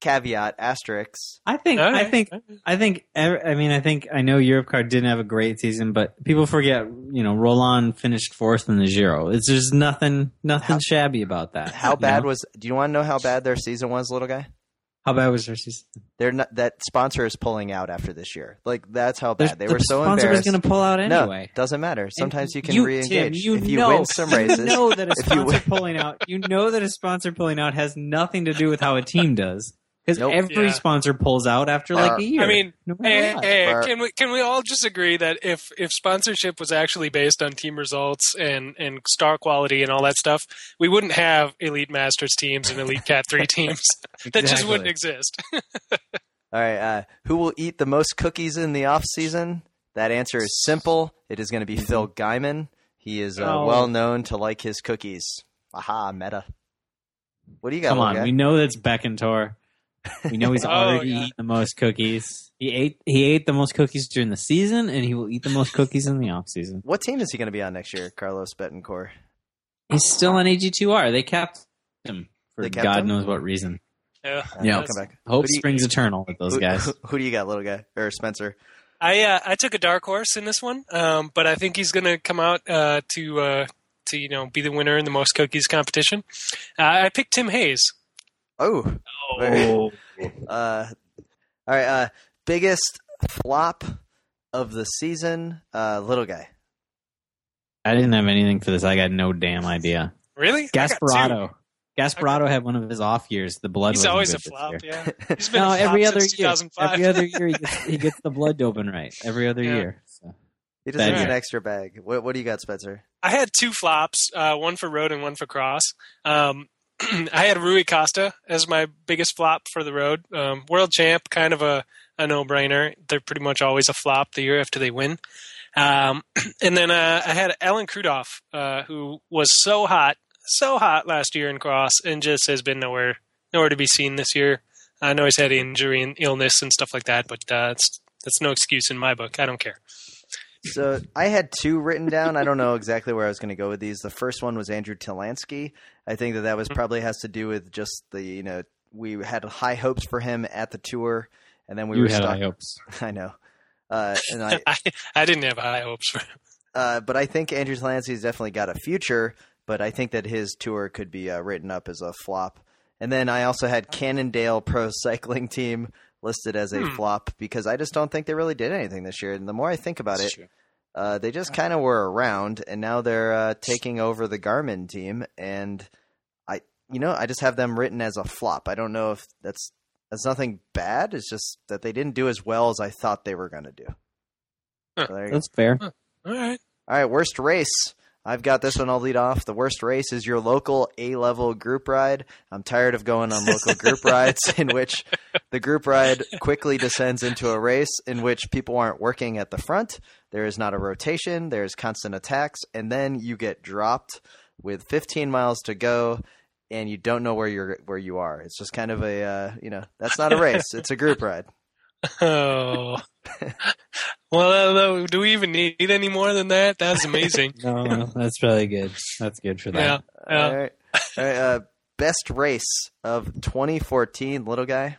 Speaker 2: caveat asterisk.
Speaker 4: I think.
Speaker 3: All right.
Speaker 4: I think. I think. ev- I mean, I think. I know Europe Car didn't have a great season, but people forget. You know, Roland finished fourth in the Giro. It's there's nothing, nothing
Speaker 2: How-
Speaker 4: shabby about that.
Speaker 2: How
Speaker 4: you
Speaker 2: bad
Speaker 4: know?
Speaker 2: was? Do you want to know how bad their season was, little guy?
Speaker 4: How bad was their season?
Speaker 2: They're not, that sponsor is pulling out after this year. Like that's how bad they
Speaker 4: the
Speaker 2: were. So
Speaker 4: sponsor was
Speaker 2: embarrassed.
Speaker 4: going to pull out anyway.
Speaker 2: No, doesn't matter. Sometimes you can
Speaker 4: you,
Speaker 2: re-engage
Speaker 4: Tim, you
Speaker 2: if you
Speaker 4: know,
Speaker 2: win some races.
Speaker 4: You know that a
Speaker 2: if you
Speaker 4: sponsor
Speaker 2: win-
Speaker 4: pulling out, you know that a sponsor pulling out has nothing to do with how a team does, because
Speaker 2: Nope.
Speaker 4: every
Speaker 3: Yeah.
Speaker 4: sponsor pulls out after like
Speaker 2: Uh,
Speaker 4: a year.
Speaker 3: I mean, eh,
Speaker 4: no matter
Speaker 3: Hey,
Speaker 4: what.
Speaker 3: hey,
Speaker 2: Or-
Speaker 3: can we can we all just agree that if if sponsorship was actually based on team results and and star quality and all that stuff, we wouldn't have elite masters teams and elite cat 3 teams. That just wouldn't
Speaker 4: Exactly.
Speaker 3: exist.
Speaker 2: All right. Uh, who will eat the most cookies in the off season? That answer is simple. It is going to be Phil Guyman. He is uh,
Speaker 4: Mm-hmm. Oh.
Speaker 2: well known to like his cookies. Aha, meta. What do you got?
Speaker 4: Come
Speaker 2: little
Speaker 4: on,
Speaker 2: guy?
Speaker 4: we know that's Beckentor. We know he's
Speaker 3: Oh,
Speaker 4: already
Speaker 3: yeah.
Speaker 4: eaten the most cookies. He ate he ate the most cookies during the season, and he will eat the most cookies in the off season.
Speaker 2: What team is he going to be on next year? Carlos Betancourt.
Speaker 4: He's still on AG2R. They kept him for
Speaker 2: They kept
Speaker 4: God
Speaker 2: him?
Speaker 4: knows what reason.
Speaker 3: Yeah.
Speaker 2: Uh,
Speaker 4: Yeah.
Speaker 2: I'll come back.
Speaker 4: Hope
Speaker 2: Who do you-
Speaker 4: springs eternal with those
Speaker 2: who,
Speaker 4: guys.
Speaker 2: Who, who do you got, little guy or Spencer?
Speaker 3: I uh, I took a dark horse in this one, um, but I think he's going to come out uh, to uh, to you know be the winner in the most cookies competition. Uh, I picked Tim Hayes.
Speaker 2: Oh, Oh. Uh, all right. Uh, biggest flop of the season, uh, little guy.
Speaker 4: I didn't have anything for this. I got no damn idea.
Speaker 3: Really, I got two.
Speaker 4: Gasparotto. Gasparotto had one of his off years. The blood.
Speaker 3: He's
Speaker 4: wasn't
Speaker 3: always
Speaker 4: good
Speaker 3: a
Speaker 4: this
Speaker 3: flop.
Speaker 4: year.
Speaker 3: Yeah, he's been
Speaker 4: No,
Speaker 3: a flop
Speaker 4: every other
Speaker 3: since
Speaker 4: year.
Speaker 3: 2005.
Speaker 4: Every other year he gets, he gets the blood doping right. Every other
Speaker 3: Yeah.
Speaker 4: year. So.
Speaker 2: He just
Speaker 4: Bad
Speaker 2: needs an
Speaker 4: year.
Speaker 2: extra bag. What, what do you got, Spencer?
Speaker 3: I had two flops, uh, one for road and one for cross. Um, I had Rui Costa as my biggest flop for the road. Um, world champ, kind of a, a no brainer. They're pretty much always a flop the year after they win. Um, and then uh, I had Alan Krudoff, uh, who was so hot, so hot last year in cross, and just has been nowhere nowhere to be seen this year. I know he's had injury and illness and stuff like that, but uh, it's, that's no excuse in my book. I don't care.
Speaker 2: So I had two written down. I don't know exactly where I was going to go with these. The first one was Andrew Tilansky. I think that that was probably has to do with just the you know we had high hopes for him at the tour, and then we
Speaker 4: you
Speaker 2: were
Speaker 4: had
Speaker 2: stuck.
Speaker 4: high hopes.
Speaker 2: I know. Uh, and I,
Speaker 3: I, I didn't have high hopes for
Speaker 2: uh, but I think Andrew Delancey's definitely got a future. But I think that his tour could be uh, written up as a flop. And then I also had Cannondale Pro Cycling Team listed as a
Speaker 3: Hmm.
Speaker 2: flop because I just don't think they really did anything this year. And the more I think about it, uh, they just kind of were around, and now they're uh, taking over the Garmin team. And I, you know, I just have them written as a flop. I don't know if that's that's nothing bad. It's just that they didn't do as well as I thought they were going to do.
Speaker 3: Huh.
Speaker 2: So there you go.
Speaker 4: That's fair.
Speaker 3: All right.
Speaker 2: All right, worst race. I've got this one. I'll lead off. The worst race is your local A level group ride. I'm tired of going on local group rides in which the group ride quickly descends into a race in which people aren't working at the front. There is not a rotation. There is constant attacks. And then you get dropped with 15 miles to go and you don't know where you're where you are. It's just kind of a uh, you know that's not a race. It's a group ride.
Speaker 3: Oh. well, uh, do we even need any more than that? That's amazing.
Speaker 4: No, that's probably good. That's good for
Speaker 3: yeah.
Speaker 4: that.
Speaker 3: yeah.
Speaker 2: All right. All right uh, best race of 2014, little guy.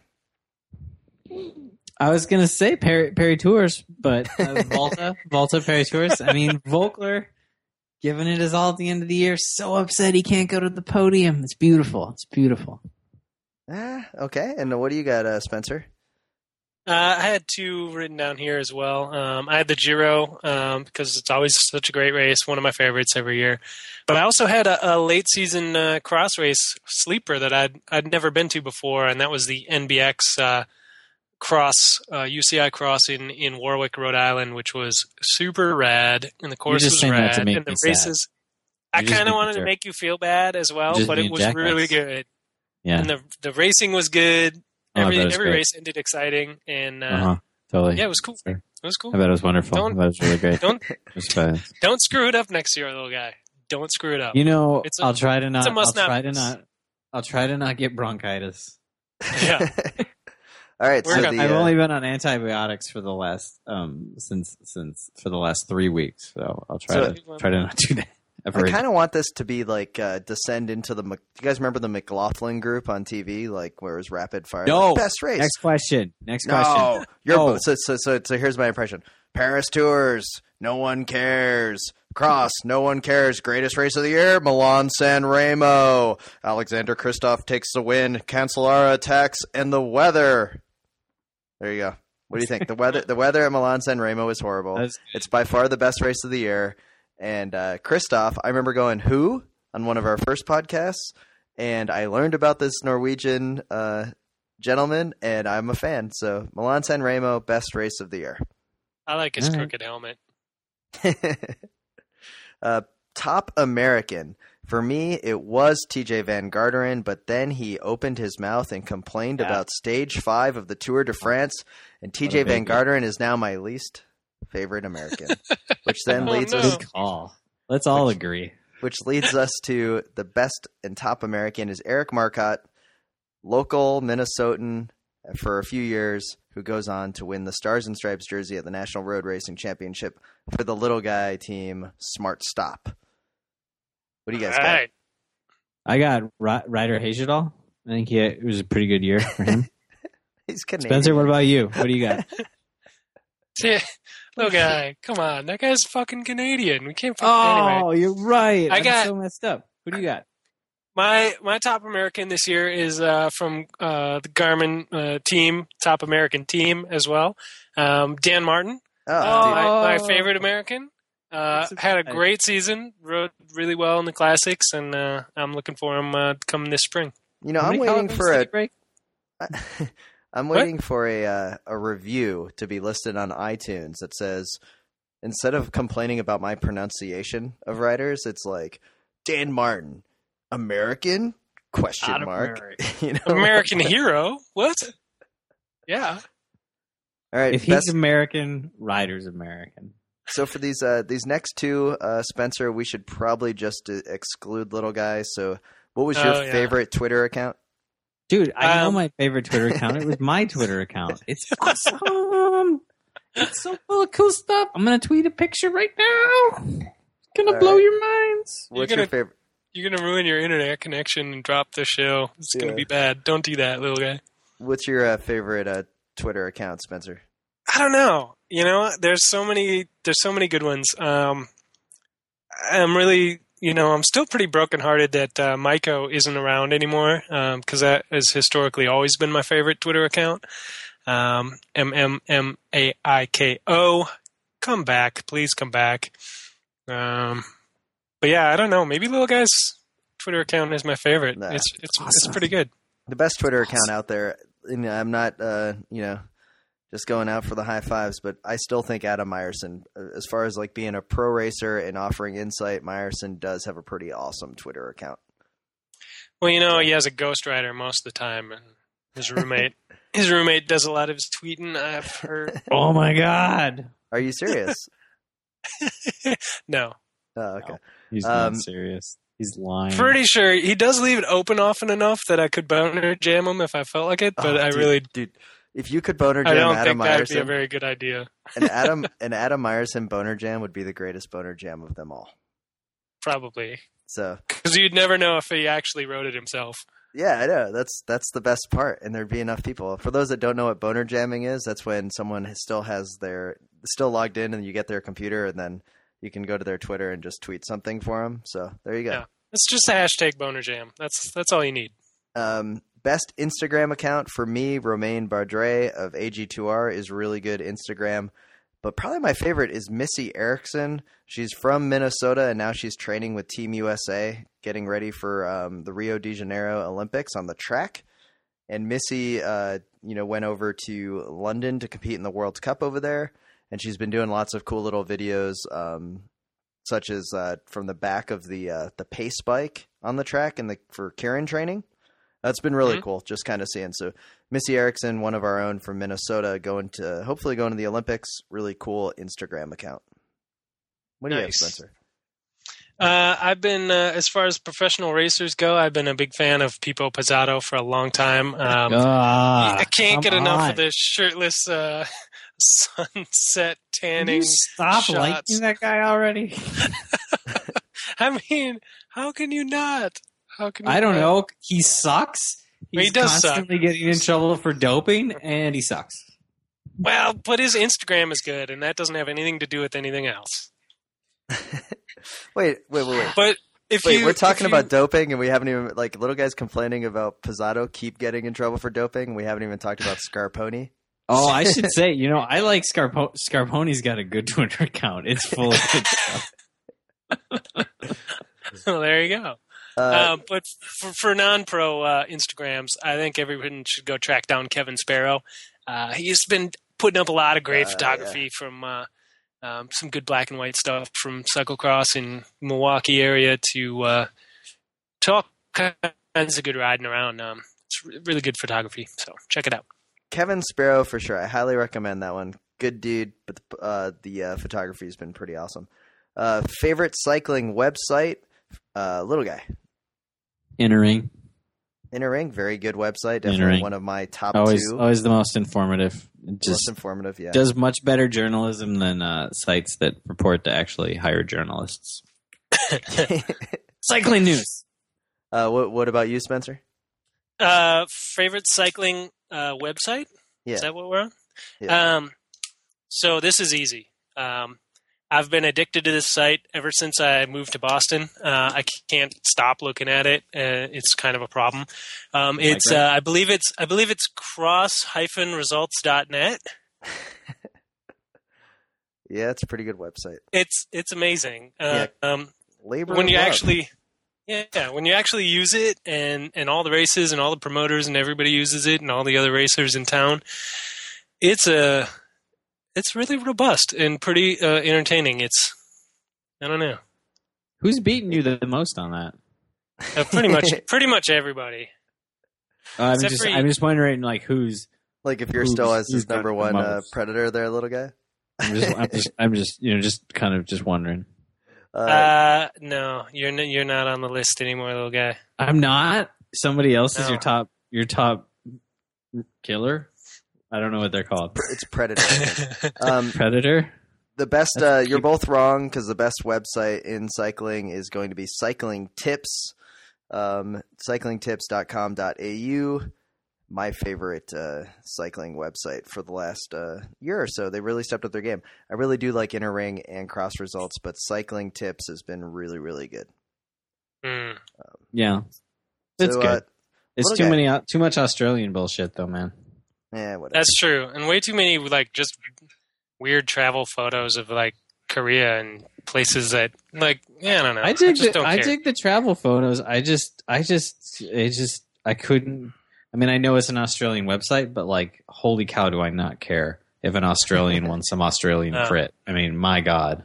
Speaker 4: I was gonna say Perry, Perry Tours, but uh, Volta, Volta Perry Tours. I mean, Volkler giving it his all at the end of the year. So upset he can't go to the podium. It's beautiful. It's beautiful.
Speaker 2: Ah, okay. And what do you got, uh, Spencer?
Speaker 3: Uh, I had two written down here as well. Um, I had the Giro um, because it's always such a great race, one of my favorites every year. But I also had a, a late season uh, cross race sleeper that I'd I'd never been to before, and that was the NBX uh, Cross uh, UCI Cross in, in Warwick, Rhode Island, which was super rad, and the course
Speaker 4: just
Speaker 3: was
Speaker 4: saying that
Speaker 3: rad,
Speaker 4: to make
Speaker 3: and the
Speaker 4: me sad.
Speaker 3: races. I
Speaker 4: You're just
Speaker 3: kind of
Speaker 4: being a
Speaker 3: wanted to
Speaker 4: jerk.
Speaker 3: make you feel bad as well,
Speaker 4: Just
Speaker 3: but
Speaker 4: being
Speaker 3: it
Speaker 4: a
Speaker 3: was
Speaker 4: jackass.
Speaker 3: really good,
Speaker 4: Yeah.
Speaker 3: and the the racing was good.
Speaker 4: Oh, I
Speaker 3: Every
Speaker 4: bet it was
Speaker 3: every
Speaker 4: great.
Speaker 3: race ended exciting, and uh,
Speaker 4: Uh-huh. Totally.
Speaker 3: yeah, it was cool.
Speaker 4: Sure.
Speaker 3: It was cool.
Speaker 4: I bet it was wonderful.
Speaker 3: Don't-
Speaker 4: I bet it was really great.
Speaker 3: don't-
Speaker 4: Just by-
Speaker 3: Don't screw it up next year, little guy. Don't screw it up.
Speaker 4: You know,
Speaker 3: It's a-
Speaker 4: i I'll try to not.
Speaker 3: a must
Speaker 4: I'll
Speaker 3: not
Speaker 4: try to
Speaker 3: miss.
Speaker 4: not. I'll try to not get bronchitis.
Speaker 3: yeah.
Speaker 2: All right.
Speaker 3: We're
Speaker 2: so
Speaker 3: gonna-
Speaker 2: the,
Speaker 4: I've
Speaker 2: uh,
Speaker 4: only been on antibiotics for the last um since since for the last three weeks. So I'll try
Speaker 2: So-
Speaker 4: to try to not do that ever.
Speaker 2: I
Speaker 4: again.
Speaker 2: kind of want this to be like uh, descend into the. Mc- Do you guys remember the McLaughlin group on TV? Like where it was rapid fire.
Speaker 4: No.
Speaker 2: Like, best race.
Speaker 4: Next question. Next question.
Speaker 2: no, you're
Speaker 4: No.
Speaker 2: so, so so so. Here's my impression. Paris tours. No one cares. Cross. No one cares. Greatest race of the year. Milan San Remo. Alexander Kristoff takes the win. Cancellara attacks and the weather. There you go. What do you think? The weather. The weather at Milan San Remo is horrible.
Speaker 4: That's-
Speaker 2: It's by far the best race of the year. And uh, Christoph, I remember going who on one of our first podcasts, and I learned about this Norwegian uh, gentleman, and I'm a fan. So Milan San Remo, best race of the year.
Speaker 3: I like his
Speaker 4: All right.
Speaker 3: crooked helmet.
Speaker 2: uh, top American. For me, it was TJ Van Garderen, but then he opened his mouth and complained
Speaker 4: Yeah.
Speaker 2: about stage five of the Tour de France, and TJ
Speaker 4: What a
Speaker 2: Van
Speaker 4: baby.
Speaker 2: Garderen is now my least favorite American, which then
Speaker 3: Oh,
Speaker 2: leads
Speaker 3: no.
Speaker 2: us
Speaker 4: Good call. Let's all agree.
Speaker 2: which leads us to the best and top American is Eric Marcotte, local Minnesotan uh, for a few years, who goes on to win the Stars and Stripes jersey at the National Road Racing Championship for the little guy team Smart Stop. What do you guys
Speaker 3: All right.
Speaker 4: I got Ry- Ryder Hajedal. I think he it was a pretty good year for him.
Speaker 2: got? He's Canadian.
Speaker 4: Spencer, what about you? What do you got?
Speaker 3: Yeah. Little guy, come on. That guy's fucking Canadian. We can't.
Speaker 4: oh,
Speaker 3: anyway.
Speaker 4: you're right.
Speaker 3: I
Speaker 4: I'm
Speaker 3: got-
Speaker 4: so messed up. Who do you got?
Speaker 3: my my top American this year is uh, from uh, the Garmin uh, team, top American team as well. Um, Dan Martin,
Speaker 2: Oh,
Speaker 3: Uh,
Speaker 2: dude.
Speaker 3: my, my
Speaker 4: Oh.
Speaker 3: favorite American. Uh,
Speaker 4: That's
Speaker 3: had a
Speaker 4: okay.
Speaker 3: great season, rode really well in the classics, and uh, I'm looking for him uh, coming this spring.
Speaker 2: you know,
Speaker 4: How
Speaker 2: I'm
Speaker 4: many
Speaker 2: waiting
Speaker 4: columns
Speaker 2: for a
Speaker 4: did he break.
Speaker 2: I'm
Speaker 3: What?
Speaker 2: waiting for a uh, a review to be listed on iTunes that says instead of complaining about my pronunciation of writers, it's like Dan Martin, American question
Speaker 3: Not
Speaker 2: mark. you know,
Speaker 3: American hero? What? Yeah.
Speaker 2: All right,
Speaker 4: If he's
Speaker 2: best-
Speaker 4: American, Ryder's American.
Speaker 2: so for these uh, these next two, uh, Spencer, we should probably just uh, exclude little guys. So, what was your
Speaker 3: Oh, yeah.
Speaker 2: favorite Twitter account?
Speaker 4: Dude, I know
Speaker 3: Um,
Speaker 4: my favorite Twitter account. It was my Twitter account. It's awesome. It's so full of cool stuff. I'm gonna tweet a picture right now. It's gonna
Speaker 2: All
Speaker 4: blow
Speaker 2: right.
Speaker 4: your minds.
Speaker 3: You're
Speaker 2: What's
Speaker 3: gonna-
Speaker 2: your favorite?
Speaker 3: You're gonna ruin your internet connection and drop the show. It's
Speaker 2: Yeah.
Speaker 3: gonna be bad. Don't do that, little guy.
Speaker 2: What's your uh, favorite uh, Twitter account, Spencer?
Speaker 3: I don't know. You know, there's so many. There's so many good ones. Um, I'm really, you know, I'm still pretty brokenhearted that uh, Myco isn't around anymore because that has historically always been my favorite Twitter account. Um, M M M A I K O, come back, please come back. Um, but yeah, I don't know. Maybe little guy's Twitter account is my favorite.
Speaker 2: Nah,
Speaker 3: it's it's, it's
Speaker 4: awesome.
Speaker 3: pretty good.
Speaker 2: the best Twitter account out there. And I'm not, uh, you know, just going out for the high fives. But I still think Adam Meyerson, uh, as far as like being a pro racer and offering insight, Meyerson does have a pretty awesome Twitter account.
Speaker 3: Well, you know, he has a ghostwriter most of the time, and his roommate, his roommate does a lot of his tweeting. I've heard.
Speaker 4: Oh my god,
Speaker 2: Are you serious?
Speaker 3: no,
Speaker 2: oh, okay.
Speaker 4: he's
Speaker 2: Um,
Speaker 4: not serious. He's lying.
Speaker 3: pretty sure he does leave it open often enough that I could boner jam him if I felt like it. But
Speaker 2: Oh,
Speaker 3: I
Speaker 2: dude,
Speaker 3: really,
Speaker 2: dude. If you could boner
Speaker 3: I
Speaker 2: jam
Speaker 3: don't
Speaker 2: Adam
Speaker 3: think that'd be a
Speaker 2: Meyerson,
Speaker 3: very good idea.
Speaker 2: an Adam an Adam Meyerson boner jam would be the greatest boner jam of them all.
Speaker 3: Probably
Speaker 2: So
Speaker 3: because you'd never know if he actually wrote it himself.
Speaker 2: yeah, I know that's that's the best part, and there'd be enough people. For those that don't know what boner jamming is, that's when someone has- still has their still logged in, and you get their computer, and then you can go to their Twitter and just tweet something for them. So there you go.
Speaker 3: Yeah. It's just a hashtag boner jam. That's that's all you need.
Speaker 2: Um, best Instagram account for me, Romain Bardre of AG2R is really good Instagram. But probably my favorite is Missy Erickson. She's from Minnesota and now she's training with Team USA, getting ready for um, the Rio de Janeiro Olympics on the track. And Missy, uh, you know, went over to London to compete in the World Cup over there, and she's been doing lots of cool little videos, um, such as uh, from the back of the uh, the pace bike on the track and the for Karen training. That's been really
Speaker 3: Mhm.
Speaker 2: cool, just kind of seeing. So Missy Erickson, one of our own from Minnesota, going to hopefully going to the Olympics. Really cool Instagram account. What do you have,
Speaker 3: Nice.
Speaker 2: Spencer?
Speaker 3: Uh, I've been, uh, as far as professional racers go, I've been a big fan of Pipo Pizzato for a long time. Um,
Speaker 4: Ah,
Speaker 3: I can't
Speaker 4: come
Speaker 3: get enough
Speaker 4: on.
Speaker 3: of this shirtless uh, sunset
Speaker 4: Can
Speaker 3: tanning.
Speaker 4: you stop
Speaker 3: shots.
Speaker 4: liking that guy already?
Speaker 3: I mean, how can you not? How can you
Speaker 4: I don't
Speaker 3: not?
Speaker 4: know. He sucks.
Speaker 3: He
Speaker 4: He's
Speaker 3: does suck.
Speaker 4: constantly getting in trouble for doping, and he sucks.
Speaker 3: Well, but his Instagram is good, and that doesn't have anything to do with anything else.
Speaker 2: Wait, wait, wait, wait.
Speaker 3: But if
Speaker 2: Wait,
Speaker 3: you,
Speaker 2: we're
Speaker 3: if
Speaker 2: talking
Speaker 3: you-
Speaker 2: about doping, and we haven't even like little guys complaining about Pizzato keep getting in trouble for doping. and We haven't even talked about Scarponi.
Speaker 4: Oh, I should say, you know, I like Scarpo- Scarponi's got a good Twitter account. It's full of good stuff.
Speaker 3: well, there you go.
Speaker 2: Uh,
Speaker 3: Uh, but for, for non-pro uh, Instagrams, I think everyone should go track down Kevin Sparrow. Uh, he's been putting up a lot of great
Speaker 2: Uh,
Speaker 3: photography from uh, um, some good black and white stuff from cyclocross in Milwaukee area to uh, to all kinds of good riding around. Um, it's re- really good photography, so check it out.
Speaker 2: Kevin Sparrow for sure. I highly recommend that one. Good dude, but the, uh, the uh, photography has been pretty awesome. Uh, favorite cycling website, uh, little guy.
Speaker 4: Entering.
Speaker 2: Interring, very good website. Definitely
Speaker 4: Interring.
Speaker 2: one of my top
Speaker 4: Always
Speaker 2: two.
Speaker 4: always the most informative. It
Speaker 2: Most
Speaker 4: Just
Speaker 2: informative, yeah.
Speaker 4: does much better journalism than uh, sites that purport to actually hire journalists. Cycling news.
Speaker 2: uh, what, what about you, Spencer?
Speaker 3: Uh, favorite cycling uh, website?
Speaker 2: Yeah.
Speaker 3: Is that what we're on?
Speaker 2: Yeah.
Speaker 3: Um, so this is easy. Um, I've been addicted to this site ever since I moved to Boston. Uh, I can't stop looking at it. Uh, it's kind of a problem. Um, it's uh, I believe it's I believe it's cross hyphen results dot net.
Speaker 2: Yeah, it's a pretty good website.
Speaker 3: It's it's amazing. Uh, Um,
Speaker 2: Labor
Speaker 3: when
Speaker 2: of
Speaker 3: you
Speaker 2: love.
Speaker 3: actually yeah, yeah, when you actually use it and and all the races and all the promoters and everybody uses it and all the other racers in town it's a it's really robust and pretty uh, entertaining it's i don't know
Speaker 4: Who's beating you the, the most on that?
Speaker 3: Uh, pretty much pretty much everybody
Speaker 4: Uh, I'm
Speaker 3: Except
Speaker 4: just
Speaker 3: for you.
Speaker 4: I'm just wondering like who's
Speaker 2: like if you're
Speaker 4: Who's-
Speaker 2: still as
Speaker 4: who's
Speaker 2: his
Speaker 4: got
Speaker 2: number
Speaker 4: the
Speaker 2: one uh,
Speaker 4: most?
Speaker 2: predator, there, little guy.
Speaker 4: I'm just I'm just I'm just you know just kind of just wondering.
Speaker 2: Uh,
Speaker 3: uh, no you're n- you're not on the list anymore little guy
Speaker 4: I'm not. Somebody else is
Speaker 3: No.
Speaker 4: your top your top killer. I don't know what they're called.
Speaker 2: it's predator. I think. um,
Speaker 4: Predator.
Speaker 2: the best. Uh, you're both wrong because the best website in cycling is going to be Cycling Tips, um, cyclingtips.com.au. My favorite uh, cycling website for the last uh, year or so. They really stepped up their game. I really do like inner ring and cross results, but Cycling Tips has been really, really good.
Speaker 3: Hmm.
Speaker 4: Yeah, it's
Speaker 2: So,
Speaker 4: good.
Speaker 2: uh,
Speaker 4: it's
Speaker 2: little
Speaker 4: too
Speaker 2: guy.
Speaker 4: many uh, too much Australian bullshit though, man.
Speaker 2: yeah, whatever.
Speaker 3: that's true and way too many like just weird travel photos of like korea and places that like yeah i don't know
Speaker 4: I dig
Speaker 3: just
Speaker 4: the
Speaker 3: don't
Speaker 4: I
Speaker 3: care.
Speaker 4: dig the travel photos. I just I just I just I couldn't I mean, I know it's an Australian website, but like, holy cow, do I not care if an Australian wants some Australian
Speaker 3: Oh.
Speaker 4: crit? I mean, my god,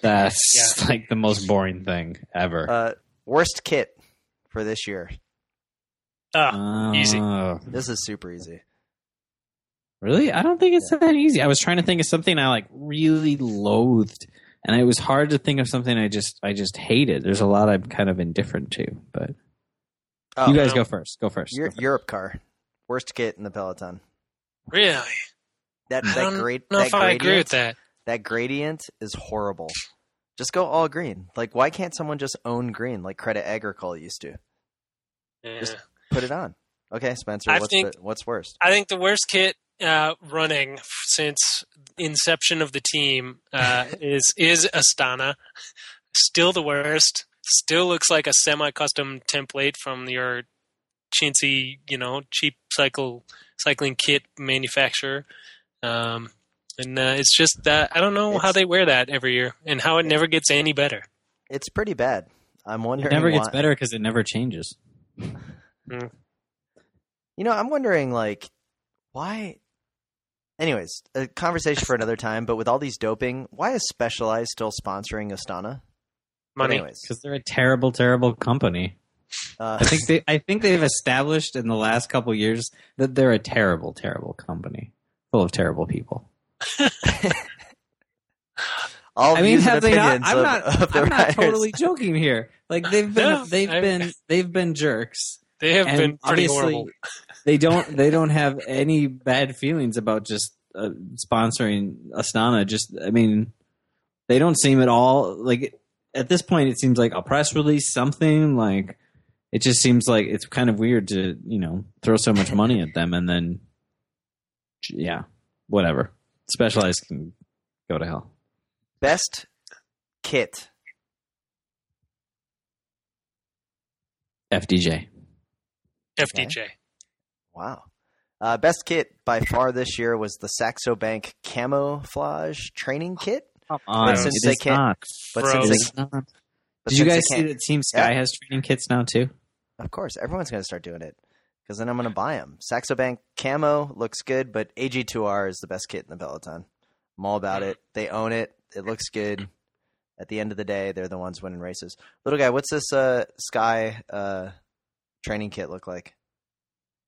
Speaker 4: that's like the most boring thing ever.
Speaker 2: Uh, worst kit for this year.
Speaker 3: Ah, easy.
Speaker 4: Oh.
Speaker 2: This is super easy.
Speaker 4: Really? I don't think it's that easy. I was trying to think of something I like really loathed and it was hard to think of something I just I just hated. There's a lot I'm kind of indifferent to, but
Speaker 2: Oh,
Speaker 4: you guys
Speaker 3: no.
Speaker 4: go first. Go first.
Speaker 2: Eu-
Speaker 4: Go first.
Speaker 2: Europe car. Worst kit in the Peloton.
Speaker 3: really?
Speaker 2: That that
Speaker 3: I don't
Speaker 2: great
Speaker 3: know
Speaker 2: that
Speaker 3: if I agree
Speaker 2: gradient-
Speaker 3: with that.
Speaker 2: that gradient is horrible. Just go all green. Like, why can't someone just own green like Credit Agricole used to?
Speaker 3: Yeah.
Speaker 2: Just- Put it on. Okay, Spencer.
Speaker 3: I
Speaker 2: what's
Speaker 3: think-
Speaker 2: the, what's worst?
Speaker 3: I think the worst kit uh, running f- since inception of the team uh, is is Astana. Still the worst. Still looks like a semi-custom template from your chintzy, you know, cheap cycle cycling kit manufacturer. Um, and uh, it's just that I don't know how
Speaker 2: It's-
Speaker 3: they wear that every year and how it never gets any better.
Speaker 2: It's pretty bad. I'm
Speaker 4: It
Speaker 2: wondering.
Speaker 4: never gets
Speaker 2: why-
Speaker 4: better because it never changes.
Speaker 2: You know, I'm wondering like why. Anyways, a conversation for another time. But with all these doping, why is Specialized still sponsoring Astana? But
Speaker 3: Money.
Speaker 2: anyways,
Speaker 4: Because they're a terrible, terrible company.
Speaker 2: uh,
Speaker 4: I think they I think they've established in the last couple years that they're a terrible, terrible company. Full of terrible people.
Speaker 2: all
Speaker 4: I mean,
Speaker 2: views and
Speaker 4: have they not?
Speaker 2: opinions
Speaker 4: I'm
Speaker 2: of-
Speaker 4: not.
Speaker 2: of the
Speaker 4: I'm not
Speaker 2: riders.
Speaker 4: totally joking here. Like they've been,
Speaker 3: No,
Speaker 4: they've
Speaker 3: I-
Speaker 4: been, they've been jerks.
Speaker 3: They have
Speaker 4: And
Speaker 3: been pretty
Speaker 4: obviously,
Speaker 3: horrible.
Speaker 4: They don't. They don't have any bad feelings about just uh, sponsoring Astana. Just, I mean, they don't seem at all like. At this point, it seems like a press release, something like. It just seems like it's kind of weird to you know throw so much money at them and then, yeah, whatever. Specialized can go to hell.
Speaker 2: Best kit.
Speaker 4: FDJ.
Speaker 3: FDJ.
Speaker 2: Wow. Uh, best kit by far this year was the Saxo Bank camouflage training kit.
Speaker 4: Come on,
Speaker 2: since
Speaker 4: it
Speaker 2: they
Speaker 4: is
Speaker 2: can't-
Speaker 4: not.
Speaker 2: But
Speaker 3: Bro.
Speaker 4: It
Speaker 2: since,
Speaker 4: is
Speaker 2: they,
Speaker 4: not.
Speaker 2: but
Speaker 4: Did you
Speaker 2: since they
Speaker 4: guys see
Speaker 2: can't-
Speaker 4: that Team Sky
Speaker 2: Yeah.
Speaker 4: has training kits now too?
Speaker 2: Of course, everyone's going to start doing it because then I'm going to buy them. Saxo Bank camo looks good, but AG2R is the best kit in the Peloton. I'm all about it. They own it. It looks good. At the end of the day, they're the ones winning races. Little guy, what's this uh, Sky uh, training kit look like?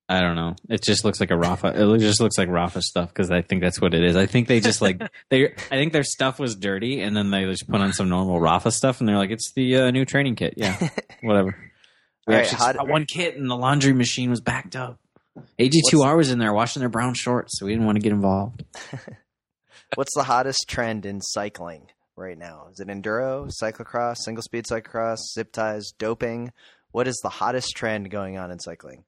Speaker 4: I don't know. It just looks like a Rafa. It just looks like Rafa stuff because I think that's what it is. I think they just like they. I think their stuff was dirty, and then they just put on some normal Rafa stuff, and they're like, "It's the uh, new training kit." Yeah, whatever. We
Speaker 2: All right,
Speaker 4: actually
Speaker 2: how
Speaker 4: just
Speaker 2: d-
Speaker 4: got one kit, and the laundry machine was backed up. AG2R was in there washing their brown shorts, so we didn't want to get involved.
Speaker 2: What's the hottest trend in cycling right now? Is it enduro, cyclocross, single speed cyclocross, zip ties, doping? What is the hottest trend going on in cycling?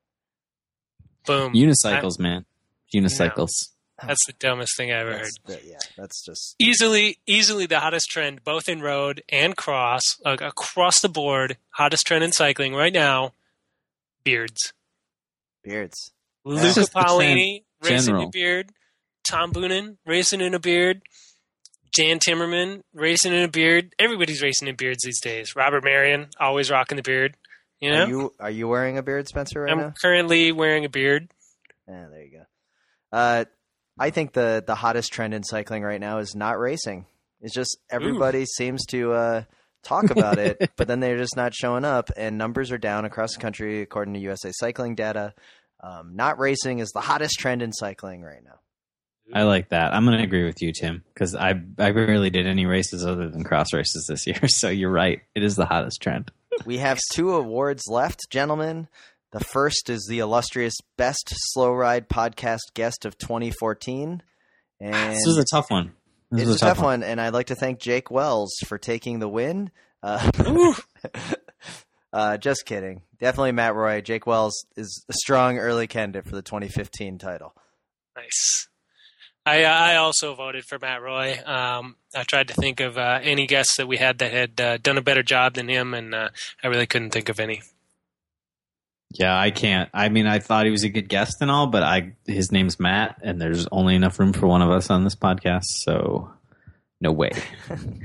Speaker 3: Boom.
Speaker 4: Um, Unicycles, man. Unicycles.
Speaker 3: That's the dumbest thing I ever heard.
Speaker 2: That's the- yeah, that's just
Speaker 3: easily easily the hottest trend both in road and cross like across the board hottest trend in cycling right now beards
Speaker 2: beards.
Speaker 4: That's
Speaker 3: luca
Speaker 4: just the
Speaker 3: paolini racing in
Speaker 4: trend
Speaker 3: a
Speaker 4: general.
Speaker 3: beard tom boonen racing in a beard jan timmerman racing in a beard everybody's racing in beards these days robert marion always rocking the beard you know
Speaker 2: Are you are you wearing a beard, Spencer, right
Speaker 3: i'm
Speaker 2: now?
Speaker 3: currently wearing a beard
Speaker 2: Yeah, Eh, there you go. Uh, I think the the hottest trend in cycling right now is not racing. It's just everybody seems to uh, talk about it, but then they're just not showing up, and numbers are down across the country according to USA Cycling data. Um, not racing is the hottest trend in cycling right now.
Speaker 4: I like that. I'm going to agree with you, Tim, because I I barely did any races other than cross races this year. So you're right. It is the hottest trend.
Speaker 2: We have two awards left, gentlemen. The first is the illustrious Best Slow Ride Podcast Guest of 2014. And
Speaker 4: Ah, this was a tough one. This
Speaker 2: it's a tough one. and I'd like to thank Jake Wells for taking the win. Uh, uh, just kidding. Definitely Matt Roy. Jake Wells is a strong early candidate for the 2015 title.
Speaker 3: Nice. I uh, I also voted for Matt Roy. Um, I tried to think of uh, any guests that we had that had uh, done a better job than him, and uh, I really couldn't think of any.
Speaker 4: Yeah, I can't. I mean, I thought he was a good guest and all, but I his name's Matt, and there's only enough room for one of us on this podcast, so no way.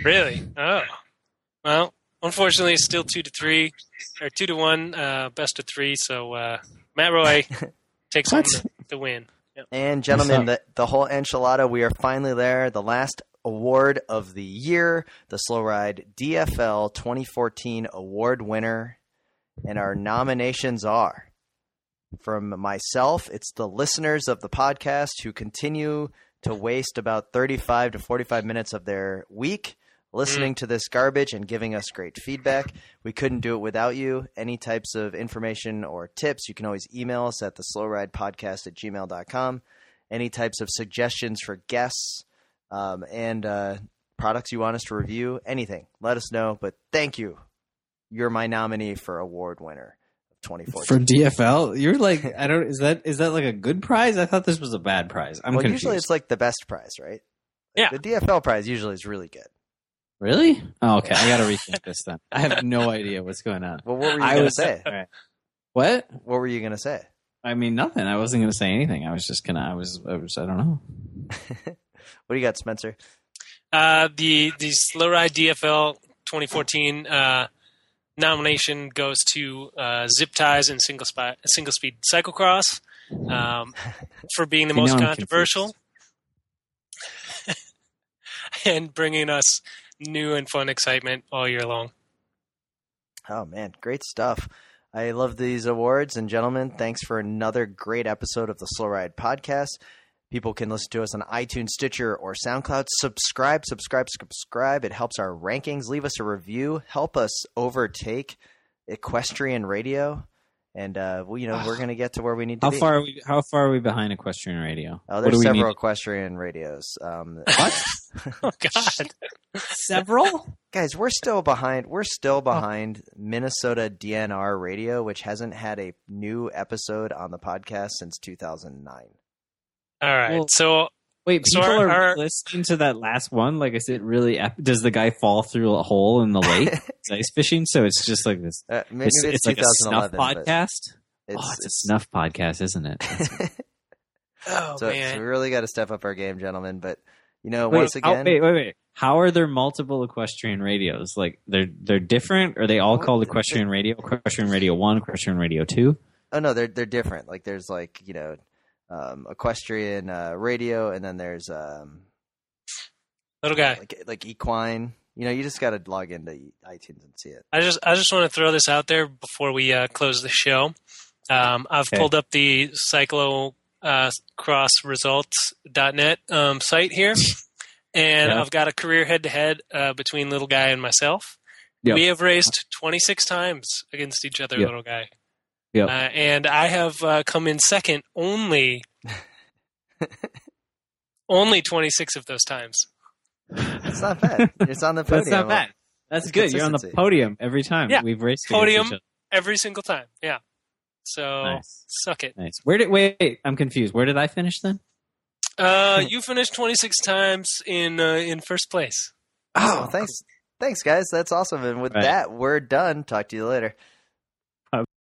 Speaker 3: Really? Oh. Well, unfortunately, it's still two to three or two to one, uh, best of three. So uh, Matt Roy takes home
Speaker 4: What?
Speaker 3: the, the win. Yep.
Speaker 2: And gentlemen,
Speaker 4: Yes,
Speaker 2: the, the whole enchilada, we are finally there. The last award of the year, the Slow Ride DFL 2014 award winner. And our nominations are from myself, it's the listeners of the podcast who continue to waste about 35 to 45 minutes of their week listening to this garbage and giving us great feedback. We couldn't do it without you. Any types of information or tips, you can always email us at the slow ride podcast at gmail.com. Any types of suggestions for guests um, and uh, products you want us to review, anything, let us know. But thank you. You're my nominee for award winner of 2014.
Speaker 4: For DFL, you're like I don't is that is that like a good prize? I thought this was a bad prize. I'm
Speaker 2: well,
Speaker 4: confused.
Speaker 2: usually it's like the best prize, right?
Speaker 3: Yeah.
Speaker 2: The DFL prize usually is really good.
Speaker 4: really? Oh, okay, I gotta rethink this then. I have no idea what's going on.
Speaker 2: Well, what were you
Speaker 4: I
Speaker 2: going to
Speaker 4: was-
Speaker 2: say?
Speaker 4: All right. What?
Speaker 2: What were you going to say?
Speaker 4: I mean, nothing. I wasn't gonna say anything. I was just gonna. I was. I, was, I don't know.
Speaker 2: What do you got, Spencer?
Speaker 3: Uh, the the Slow Ride DFL 2014 uh, nomination goes to uh, Zip Ties and Single Spot Single Speed Cyclocross um, for being the
Speaker 4: You know
Speaker 3: most
Speaker 4: I'm
Speaker 3: controversial and bringing us new and fun excitement all year long.
Speaker 2: Oh, man. Great stuff. I love these awards. And, gentlemen, thanks for another great episode of the Slow Ride podcast. People can listen to us on iTunes, Stitcher, or SoundCloud. Subscribe, subscribe, subscribe. It helps our rankings. Leave us a review. Help us overtake equestrian radio. And, uh, well, you know, we're going to get to where we need to
Speaker 4: Ah. How
Speaker 2: be.
Speaker 4: far are we? How far are we behind Equestrian Radio?
Speaker 2: Oh,
Speaker 4: What do
Speaker 2: there's
Speaker 4: we
Speaker 2: several
Speaker 4: need?
Speaker 2: equestrian radios. Um,
Speaker 4: What?
Speaker 3: Oh God,
Speaker 4: several?
Speaker 2: guys, we're still behind. We're
Speaker 4: Oh.
Speaker 2: still behind Minnesota DNR Radio, which hasn't had a new episode on the podcast since 2009.
Speaker 3: all right.
Speaker 4: Well-
Speaker 3: so
Speaker 4: Wait,
Speaker 3: So
Speaker 4: people
Speaker 3: our-
Speaker 4: are
Speaker 3: our-
Speaker 4: listening to that last one. Like, is it really? Ep- does the guy fall through a hole in the lake? It's ice fishing, so it's just like this.
Speaker 2: Uh, maybe
Speaker 4: It's,
Speaker 2: it's,
Speaker 4: it's like a snuff
Speaker 2: 2011. but
Speaker 4: podcast.
Speaker 2: It's,
Speaker 4: oh, it's, a snuff podcast, isn't it?
Speaker 2: it's- so,
Speaker 3: oh
Speaker 2: so we
Speaker 3: man,
Speaker 2: really got to step up our game, gentlemen. But you know,
Speaker 4: Wait,
Speaker 2: once
Speaker 4: how-
Speaker 2: again,
Speaker 4: wait, wait, wait. How are there multiple equestrian radios? Like they're they're different? Are they all
Speaker 2: What-
Speaker 4: called equestrian radio? Equestrian radio one, equestrian radio two.
Speaker 2: oh no, they're they're different. Like there's like you know, um, equestrian uh, radio, and then there's um,
Speaker 3: little guy.
Speaker 2: like like equine. You know, you just got to log into iTunes and see it.
Speaker 3: I just I just want to throw this out there before we uh, close the show. Um, I've
Speaker 4: Okay.
Speaker 3: pulled up the cyclocrossresults.net uh, crossresults.net, um, site here, and
Speaker 4: Yeah.
Speaker 3: I've got a career head to head between little guy and myself.
Speaker 4: Yep.
Speaker 3: We have raced 26 times against each other,
Speaker 4: Yep.
Speaker 3: little guy.
Speaker 4: Yep.
Speaker 3: Uh, and I have uh, come in second only, only 26 of those times.
Speaker 2: It's not bad. it's on the podium.
Speaker 4: That's not bad. That's
Speaker 2: It's
Speaker 4: good. You're on the
Speaker 2: consistency.
Speaker 4: podium every time.
Speaker 3: Yeah.
Speaker 4: We've raced against
Speaker 3: Podium. Oh.
Speaker 4: each other.
Speaker 3: Every single time. Yeah. So
Speaker 4: Nice.
Speaker 3: suck it.
Speaker 4: Nice. Where did wait, wait? I'm confused. Where did I finish then?
Speaker 3: Uh, you finished 26 times in uh, in first place.
Speaker 2: Oh, thanks. Thanks, guys. That's awesome. And with
Speaker 4: Right.
Speaker 2: that, we're done. Talk to you later.